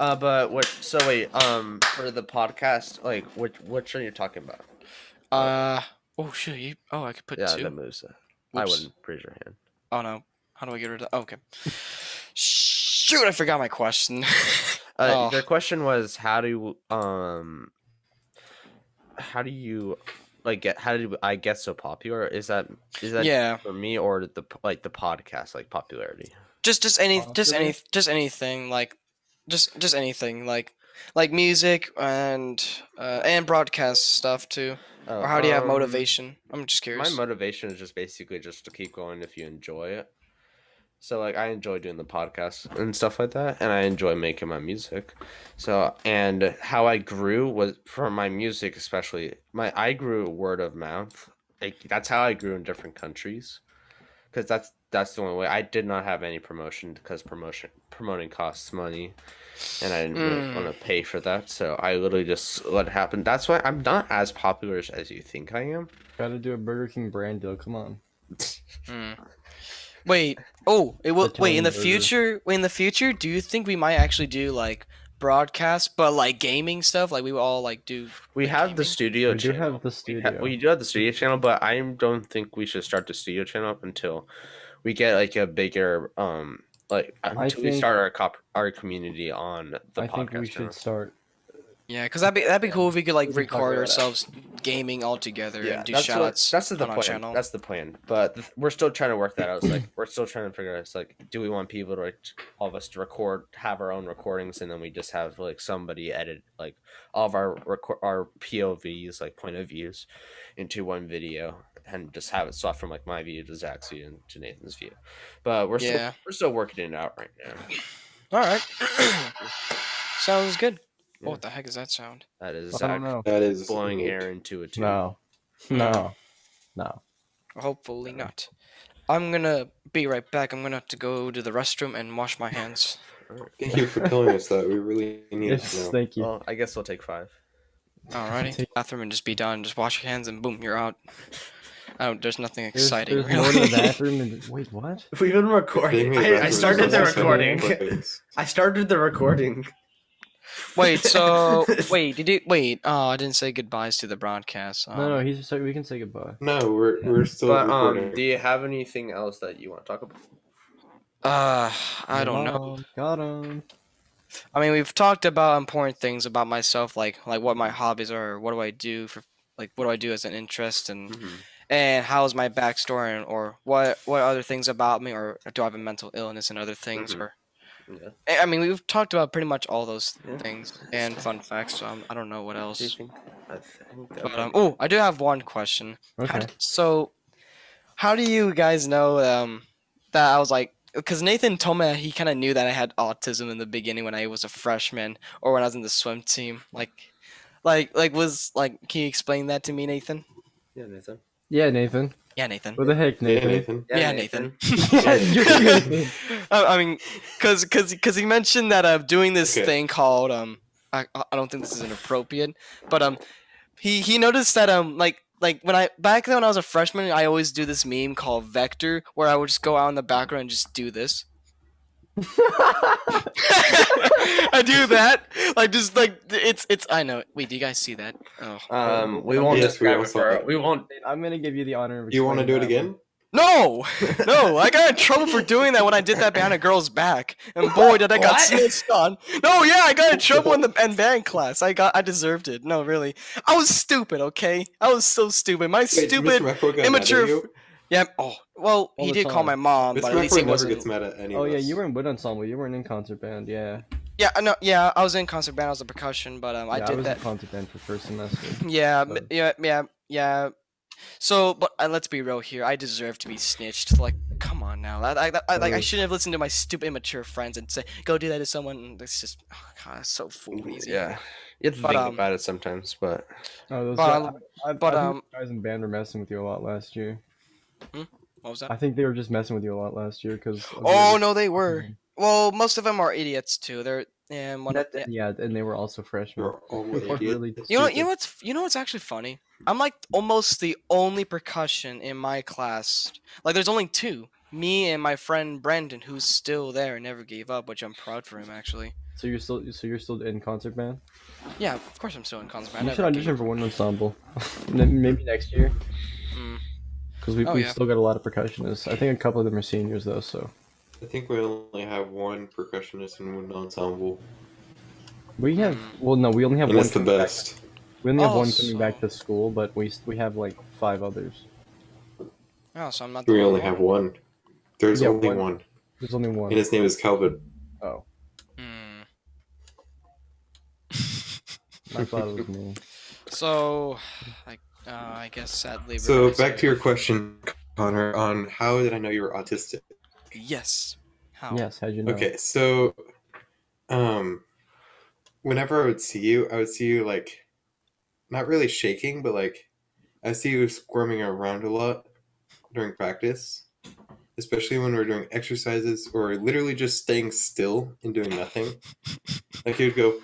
Speaker 1: Uh, but what? So wait. Um, for the podcast, like, which which one you're talking about?
Speaker 2: Uh oh, shoot! You oh, I could put
Speaker 1: yeah,
Speaker 2: two.
Speaker 1: that moves. I
Speaker 2: Whoops.
Speaker 1: wouldn't raise your hand.
Speaker 2: Oh no! How do I get rid of? Oh, okay. Shoot! I forgot my question.
Speaker 1: Uh,
Speaker 2: Oh.
Speaker 1: Their question was, how do um, how do you like get? How did I get so popular? Is that is that
Speaker 2: yeah.
Speaker 1: for me or the p- like the podcast like popularity?
Speaker 2: just just any just any
Speaker 3: Possibly.
Speaker 2: just anything like just just anything like like music and uh, and broadcast stuff too
Speaker 1: Uh,
Speaker 2: or how do you have
Speaker 1: um,
Speaker 2: motivation i'm just curious
Speaker 1: My motivation is just basically just to keep going if you enjoy it. So like I enjoy doing the podcast and stuff like that, and I enjoy making my music. So and how I grew was for my music especially. My I grew word of mouth. Like that's how I grew in different countries, because that's that's the only way. I did not have any promotion because promotion promoting costs money, and I didn't really
Speaker 2: Mm.
Speaker 1: want to pay for that. So I literally just let it happen. That's why I'm not as popular as you think I am.
Speaker 3: Gotta do a Burger King brand deal. Come on.
Speaker 2: Mm. wait oh it will wait in
Speaker 3: Italian
Speaker 2: the
Speaker 3: burger.
Speaker 2: future wait in the future do you think we might actually do like broadcast but like gaming stuff like we will all like do
Speaker 1: We
Speaker 2: like,
Speaker 1: have the
Speaker 2: gaming?
Speaker 1: studio
Speaker 3: we do
Speaker 1: channel.
Speaker 3: have the
Speaker 1: We,
Speaker 3: studio.
Speaker 1: ha- we do have the studio channel, but I don't think we should start the studio channel up until we get like a bigger um like until we
Speaker 3: think-
Speaker 1: start our cop- our community on the
Speaker 3: I think
Speaker 1: podcast
Speaker 3: we
Speaker 1: channel.
Speaker 3: should start.
Speaker 2: yeah because that'd be that'd be cool if we could like
Speaker 3: We can talk
Speaker 2: record
Speaker 3: about that.
Speaker 2: ourselves gaming all together
Speaker 1: Yeah,
Speaker 2: and do
Speaker 1: that's,
Speaker 2: shout
Speaker 1: what,
Speaker 2: outs
Speaker 1: that's the
Speaker 2: on our
Speaker 1: plan.
Speaker 2: channel
Speaker 1: That's the plan. But th- we're still trying to work that out. It's like we're still trying to figure out. It's like, do we want people to like, all of us to record, have our own recordings, and then we just have like somebody edit like all of our record our POVs, like point of views, into one video, and just have it swapped from like my view to Zach's view and to Nathan's view. But we're
Speaker 2: Yeah.
Speaker 1: still we're still working it out right now.
Speaker 2: All right. Sounds good.
Speaker 1: Yeah.
Speaker 2: Oh, what the heck is that sound?
Speaker 1: That is
Speaker 3: I don't
Speaker 1: Zach
Speaker 3: know.
Speaker 5: That is
Speaker 1: blowing
Speaker 5: Nate.
Speaker 1: air into a tube.
Speaker 3: No. No. No.
Speaker 2: Hopefully not. I'm gonna be right back. I'm gonna have to go to the restroom and wash my hands.
Speaker 5: Thank you for telling us that. We really need
Speaker 3: Yes,
Speaker 5: to know.
Speaker 3: thank you.
Speaker 1: Well, I guess we'll take five.
Speaker 2: Alrighty. Bathroom and just be done. Just wash your hands and boom, you're out. I don't, there's nothing
Speaker 3: There's,
Speaker 2: exciting.
Speaker 3: there's more
Speaker 2: really.
Speaker 3: in the bathroom. And, wait, what?
Speaker 1: We've been
Speaker 5: Being
Speaker 1: recording.
Speaker 5: in
Speaker 1: I, I
Speaker 5: bathrooms
Speaker 1: started
Speaker 5: is
Speaker 1: the
Speaker 5: also
Speaker 1: recording.
Speaker 5: important.
Speaker 1: I started the recording.
Speaker 2: wait, so wait, did you wait? Oh, I didn't say goodbyes to the broadcast. Um,
Speaker 3: No, no, he's just like, we can say goodbye.
Speaker 5: No, we're we're still
Speaker 1: But um,
Speaker 5: recording.
Speaker 1: do you have anything else that you want to talk about?
Speaker 2: uh, I don't know.
Speaker 3: Got him.
Speaker 2: I mean, we've talked about important things about myself, like like what my hobbies are, what do I do for, like what do I do as an interest, and and how's my backstory and, or what what other things about me or do i have a mental illness and other things
Speaker 1: Mhm.
Speaker 2: or
Speaker 1: Yeah.
Speaker 2: I I mean, we've talked about pretty much all those things and fun facts. So I'm, I don't know what
Speaker 1: Do you
Speaker 2: else.
Speaker 1: think? I think. I
Speaker 2: But
Speaker 1: think-
Speaker 2: um, oh, I do have one question. How
Speaker 3: Okay.
Speaker 2: d- so, how do you guys know um, that I was like, because Nathan told me he kind of knew that I had autism in the beginning when I was a freshman or when I was in the swim team. Like, like, like was like, can you explain that to me, Nathan?
Speaker 1: yeah, Nathan.
Speaker 3: Yeah, Nathan.
Speaker 2: Yeah, Nathan.
Speaker 3: What the heck,
Speaker 5: Yeah,
Speaker 3: Nathan?
Speaker 5: Nathan.
Speaker 2: Yeah, Nathan.
Speaker 3: Nathan.
Speaker 2: I, I mean, cause, cause, 'cause he mentioned that uh, doing this
Speaker 5: Okay.
Speaker 2: thing called um, I, I I don't think this is inappropriate, but um, he he noticed that um, like like when I back then when I was a freshman, I always do this meme called Vector, where I would just go out in the background and just do this. I do that, like just like it's it's. I know. Wait, do you guys see that? Oh
Speaker 1: Um, we won't
Speaker 5: Yes, we
Speaker 1: describe
Speaker 5: all
Speaker 1: it
Speaker 5: saw
Speaker 1: for.
Speaker 5: that.
Speaker 1: We won't.
Speaker 3: I'm gonna give you the honor of.
Speaker 5: You want to do
Speaker 3: explaining
Speaker 5: it
Speaker 3: that
Speaker 5: again?
Speaker 2: no, no! I got in trouble for doing that when I did that behind a girl's back, and boy, did I got
Speaker 1: What?
Speaker 2: snitched on. No, yeah, I got in trouble in the and band class. I got, I deserved it. No, really, I was stupid. Okay, I was so stupid. My
Speaker 5: Wait,
Speaker 2: stupid.
Speaker 5: Mr. McCoy got
Speaker 2: immature
Speaker 5: Mad at you?
Speaker 2: Yeah. Oh, well,
Speaker 3: All
Speaker 2: he
Speaker 3: the
Speaker 2: did call
Speaker 3: time.
Speaker 2: my mom,
Speaker 5: Mr.
Speaker 2: but at least
Speaker 5: McCoy
Speaker 2: he
Speaker 5: never
Speaker 2: wasn't.
Speaker 5: gets mad at
Speaker 3: one.
Speaker 5: anyone.
Speaker 3: Oh yeah, you were in wood ensemble. You weren't in concert band. Yeah.
Speaker 2: Yeah, I know. Yeah, I was in concert band. I was a percussion, but um, I
Speaker 3: yeah,
Speaker 2: did
Speaker 3: was
Speaker 2: that.
Speaker 3: in concert band for first semester.
Speaker 2: Yeah, m-
Speaker 3: But-
Speaker 2: yeah, yeah, yeah. So, but uh, let's be real here. I deserve to be snitched. Like, come on now. I, I, I, like, I
Speaker 3: Totally.
Speaker 2: shouldn't have listened to my stupid, immature friends and say, "Go do that to someone." That's just, oh, God, it's so fool easy.
Speaker 1: Yeah, you have to
Speaker 2: But,
Speaker 1: think
Speaker 2: um,
Speaker 1: about it sometimes, but
Speaker 3: Oh, those
Speaker 2: But,
Speaker 3: guys, I, I,
Speaker 2: but,
Speaker 3: I think
Speaker 2: um,
Speaker 3: the guys in band were messing with you a lot last year.
Speaker 2: What was
Speaker 3: I
Speaker 2: that?
Speaker 3: think they were just messing with you a lot last year because.
Speaker 2: Oh no, they were. Well, most of them are idiots too. They're and one. of- yeah.
Speaker 3: Yeah, and they were also freshmen.
Speaker 5: You're all what
Speaker 3: Fuck,
Speaker 5: idiot.
Speaker 3: really?
Speaker 2: You know, you
Speaker 5: Stupid.
Speaker 2: know what's f- you know what's actually funny? I'm like almost the only percussion in my class. Like, there's only two. Me and my friend Brandon, who's still there and never gave up, which I'm proud for him actually.
Speaker 3: So you're still, so you're still in concert band.
Speaker 2: Yeah, of course I'm still in concert. band.
Speaker 3: You
Speaker 2: I
Speaker 3: should
Speaker 2: never gave
Speaker 3: audition for one ensemble. Then Maybe next year.
Speaker 2: Mm.
Speaker 3: Because we,
Speaker 2: Oh,
Speaker 3: we've
Speaker 2: yeah.
Speaker 3: still got a lot of percussionists. I think a couple of them are seniors though. So
Speaker 5: I think we only have one percussionist and one ensemble,
Speaker 3: we have.
Speaker 2: Mm.
Speaker 3: Well, no, we only have
Speaker 5: and
Speaker 3: one.
Speaker 5: it's the
Speaker 3: coming back-
Speaker 5: best.
Speaker 3: We only have
Speaker 2: Oh,
Speaker 3: one coming back
Speaker 2: Also-
Speaker 3: to school, but we s- we have like five others.
Speaker 2: Oh, so I'm not. the
Speaker 5: We
Speaker 2: only
Speaker 5: only
Speaker 2: one.
Speaker 5: have one. There's
Speaker 3: Yeah,
Speaker 5: only
Speaker 3: one.
Speaker 5: one,
Speaker 3: There's only
Speaker 5: and
Speaker 3: one.
Speaker 5: his name is Calvin.
Speaker 3: Oh,
Speaker 2: Hmm.
Speaker 3: I thought it was me.
Speaker 2: So, like, uh, I guess sadly. we're
Speaker 5: So
Speaker 2: gonna
Speaker 5: back
Speaker 2: say-
Speaker 5: to your question, Connor, on how did I know you were autistic?
Speaker 2: Yes. How?
Speaker 3: Yes, how'd you know?
Speaker 5: Okay, so um whenever I would see you, I would see you like not really shaking, but like I see you squirming around a lot during practice, especially when we're doing exercises or literally just staying still and doing nothing. Like you'd go,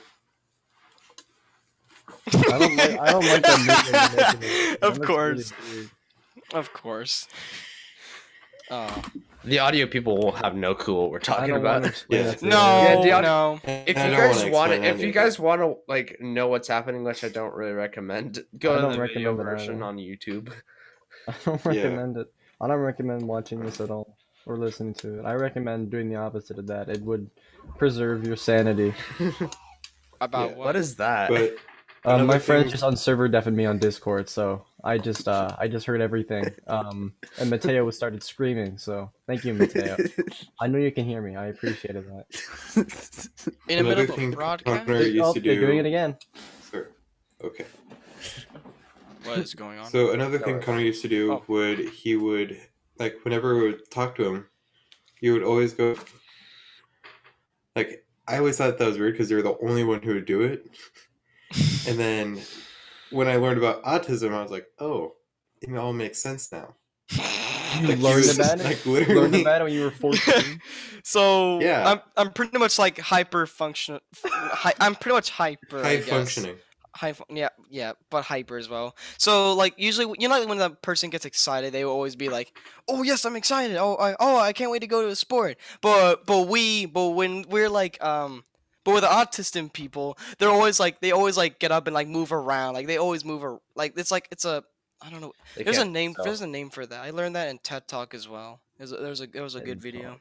Speaker 3: I don't like. I don't like that movement you're making. It- that
Speaker 2: of
Speaker 3: looks really
Speaker 2: course,
Speaker 3: weird.
Speaker 2: of course. Oh
Speaker 1: the audio people will have no clue what we're
Speaker 3: I
Speaker 1: talking
Speaker 3: don't
Speaker 1: about.
Speaker 3: want to explain
Speaker 5: Yeah.
Speaker 3: that to
Speaker 2: no,
Speaker 3: you.
Speaker 1: the audi-
Speaker 2: no.
Speaker 1: If
Speaker 5: "Eh, "I
Speaker 1: you
Speaker 5: don't wanna
Speaker 1: guys want
Speaker 5: explain
Speaker 1: to, if you
Speaker 5: anything."
Speaker 1: guys want to like know what's happening, which I don't really recommend, go
Speaker 3: I
Speaker 1: to
Speaker 3: don't
Speaker 1: the video
Speaker 3: recommend it
Speaker 1: version
Speaker 3: either.
Speaker 1: on YouTube.
Speaker 3: I don't
Speaker 5: Yeah.
Speaker 3: recommend it. I don't recommend watching this at all or listening to it. I recommend doing the opposite of that. It would preserve your sanity.
Speaker 2: About
Speaker 5: Yeah,
Speaker 2: what?
Speaker 1: What is that?
Speaker 5: but
Speaker 3: Um, my
Speaker 5: Another
Speaker 3: friend
Speaker 5: thing-
Speaker 3: just on server deafened me on Discord, so I just uh, I just heard everything. Um, and Mateo was started screaming. So thank you, Mateo. I know you can hear me. I appreciated that.
Speaker 2: in the middle
Speaker 5: another
Speaker 2: of a
Speaker 5: thing
Speaker 2: broadcast?
Speaker 5: Connor used
Speaker 3: oh,
Speaker 5: to
Speaker 3: they're
Speaker 5: do.
Speaker 3: doing it again.
Speaker 5: Sorry. Okay.
Speaker 2: What is going on?
Speaker 5: So another thing
Speaker 1: worries.
Speaker 5: Connor used to do
Speaker 2: Oh.
Speaker 5: would he would like whenever we would talk to him, he would always go like I always thought that was weird because you were the only one who would do it. and then when I learned about autism, I was like, oh, it all makes sense now.
Speaker 3: You
Speaker 5: Like, he
Speaker 3: learned
Speaker 5: was,
Speaker 3: about it.
Speaker 5: Like
Speaker 3: You learned
Speaker 5: literally,
Speaker 3: about it when you were fourteen.
Speaker 2: so
Speaker 5: Yeah.
Speaker 2: I'm I'm pretty much like hyper function. Hi, I'm pretty much hyper. I
Speaker 5: high
Speaker 2: guess.
Speaker 5: functioning.
Speaker 2: high fu- yeah yeah but hyper as well so like usually you know like, when the person gets excited they will always be like oh yes i'm excited oh i oh i can't wait to go to a sport but but we but when we're like um but with the autistic people they're always like they always like get up and like move around like they always move ar- like it's like it's a i don't know
Speaker 1: They
Speaker 2: there's a
Speaker 1: can't
Speaker 2: name
Speaker 1: tell.
Speaker 2: there's a name for that i learned that in ted talk as well there's a there's a, there was a good video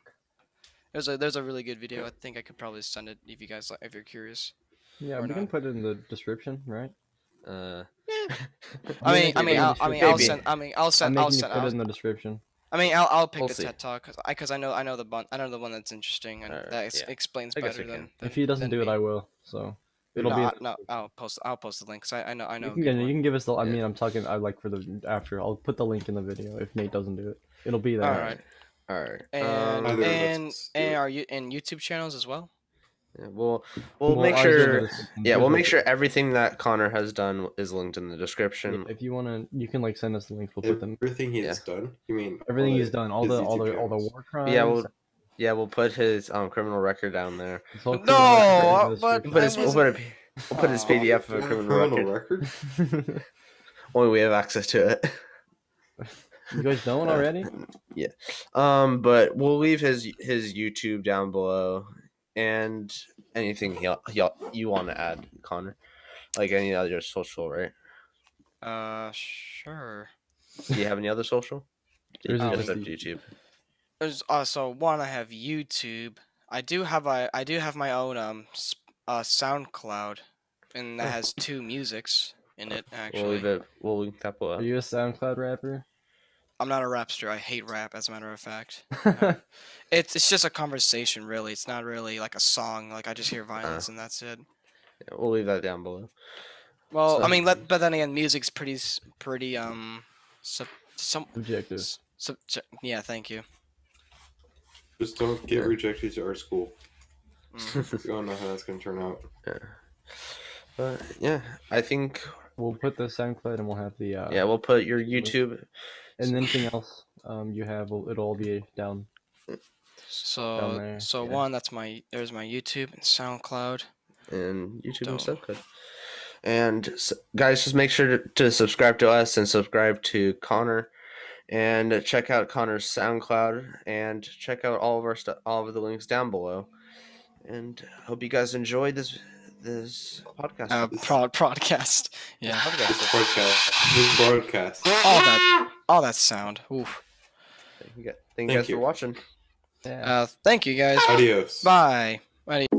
Speaker 2: there's a there's a really good video i think i could probably send it if you guys like if you're curious
Speaker 3: Yeah,
Speaker 2: Or
Speaker 3: we can
Speaker 2: not.
Speaker 3: put it in the description, right?
Speaker 1: Uh,
Speaker 2: i
Speaker 3: Yeah,
Speaker 2: mean i
Speaker 3: maybe
Speaker 2: mean
Speaker 3: in the
Speaker 2: I'll, i mean
Speaker 3: description.
Speaker 2: i'll
Speaker 1: Maybe.
Speaker 2: send i mean i'll
Speaker 3: I'm
Speaker 2: send i'll
Speaker 3: making you
Speaker 2: send
Speaker 3: put
Speaker 2: I'll
Speaker 3: it in the description.
Speaker 2: I mean, I'll, I'll pick
Speaker 1: We'll
Speaker 2: the
Speaker 1: see.
Speaker 2: TED Talk because I, because I know I know the bun- I know the one that's interesting and
Speaker 1: Alright,
Speaker 2: that ex-
Speaker 1: yeah.
Speaker 2: explains
Speaker 1: I guess
Speaker 2: better
Speaker 1: we
Speaker 2: than,
Speaker 1: can.
Speaker 2: than-
Speaker 3: If he doesn't
Speaker 2: than
Speaker 3: do it,
Speaker 2: me.
Speaker 3: I will. So it'll
Speaker 2: no,
Speaker 3: be.
Speaker 2: I, no, I'll post I'll post the link. 'cause I, I know I know.
Speaker 3: you
Speaker 2: a
Speaker 3: can,
Speaker 2: good
Speaker 3: get- you
Speaker 2: one.
Speaker 3: can give us the. I
Speaker 1: Yeah.
Speaker 3: mean, I'm talking. I like for the after. I'll put the link in the video if Nate doesn't do it. Uh, It'll be there.
Speaker 2: All right,
Speaker 1: All right. Um,
Speaker 2: and
Speaker 5: Either of us
Speaker 2: and
Speaker 5: do
Speaker 2: and
Speaker 5: it.
Speaker 2: our you and YouTube channels as well.
Speaker 1: yeah, we'll we'll,
Speaker 3: Well,
Speaker 1: make
Speaker 3: I just
Speaker 1: sure.
Speaker 3: noticed-
Speaker 1: Yeah, we'll
Speaker 3: here's
Speaker 1: make
Speaker 3: the-
Speaker 1: sure everything that Connor has done is linked in the
Speaker 3: yeah,
Speaker 1: description.
Speaker 3: If you wanna, you can like send us the links. We'll put them.
Speaker 5: Everything he's done. You mean all
Speaker 3: Everything
Speaker 5: the-
Speaker 3: he's done, all
Speaker 5: his
Speaker 3: the, all
Speaker 5: YouTube
Speaker 3: the, all the war
Speaker 5: channels.
Speaker 3: crimes.
Speaker 1: Yeah, we'll yeah we'll put his um criminal record down there.
Speaker 3: his whole
Speaker 2: No, uh,
Speaker 3: criminal
Speaker 1: We'll
Speaker 3: record
Speaker 1: put
Speaker 2: I
Speaker 1: his, we'll
Speaker 2: was-
Speaker 1: put a, p- we'll put his
Speaker 2: Aw.
Speaker 1: PDF of a
Speaker 5: Yeah,
Speaker 1: criminal record.
Speaker 5: record.
Speaker 3: investigation.
Speaker 1: Only we have access to it.
Speaker 3: you guys know it already.
Speaker 1: Um, but we'll leave his his YouTube down below, and anything he he you want to add, Connor, like any other social, right?
Speaker 2: Uh, sure.
Speaker 1: Do you have any other social?
Speaker 3: There's
Speaker 1: You
Speaker 2: no
Speaker 1: just have
Speaker 3: link.
Speaker 1: YouTube.
Speaker 2: There's also one I have YouTube. I do have a I do have my own um s- uh SoundCloud, and
Speaker 3: Oh.
Speaker 2: that has two musics in it.
Speaker 1: We'll
Speaker 2: Actually,
Speaker 1: leave it. We'll link that below.
Speaker 3: Are you a SoundCloud rapper?
Speaker 2: I'm not a rapster. I hate rap, as a matter of fact. It's it's just a conversation, really. It's not really like a song. Like I just hear violence and that's it.
Speaker 1: Yeah, We'll leave that down below.
Speaker 2: Well, I
Speaker 1: So-
Speaker 2: mean, let, but then again, music's pretty s- pretty um sub, some
Speaker 3: Objective.
Speaker 2: s- subje- yeah. Thank you.
Speaker 5: Just don't get
Speaker 1: Yeah.
Speaker 5: rejected to art school.
Speaker 2: Mm.
Speaker 5: You don't know how that's gonna turn out.
Speaker 1: Yeah. But yeah, I think
Speaker 3: We'll put the SoundCloud and we'll have the. Uh,
Speaker 1: yeah we'll put your YouTube.
Speaker 3: And anything else um you have, will it'll all be down.
Speaker 2: So
Speaker 3: there,
Speaker 2: so
Speaker 3: yeah.
Speaker 2: one that's my there's my YouTube and SoundCloud.
Speaker 1: and YouTube
Speaker 2: Dope.
Speaker 1: and stuff. good. And s guys, just make sure to, to subscribe to us and subscribe to Connor, and check out Connor's SoundCloud and check out all of our stuff, all of the links down below. And hope you guys enjoyed this this podcast.
Speaker 2: Uh, prod podcast. Yeah.
Speaker 5: This
Speaker 1: podcast.
Speaker 5: podcast. This broadcast.
Speaker 2: all that all that sound. Oof.
Speaker 1: Thank you guys
Speaker 5: Thank
Speaker 1: for
Speaker 5: you.
Speaker 1: watching.
Speaker 3: Yeah.
Speaker 2: Uh, thank you guys.
Speaker 5: Adios.
Speaker 2: Bye.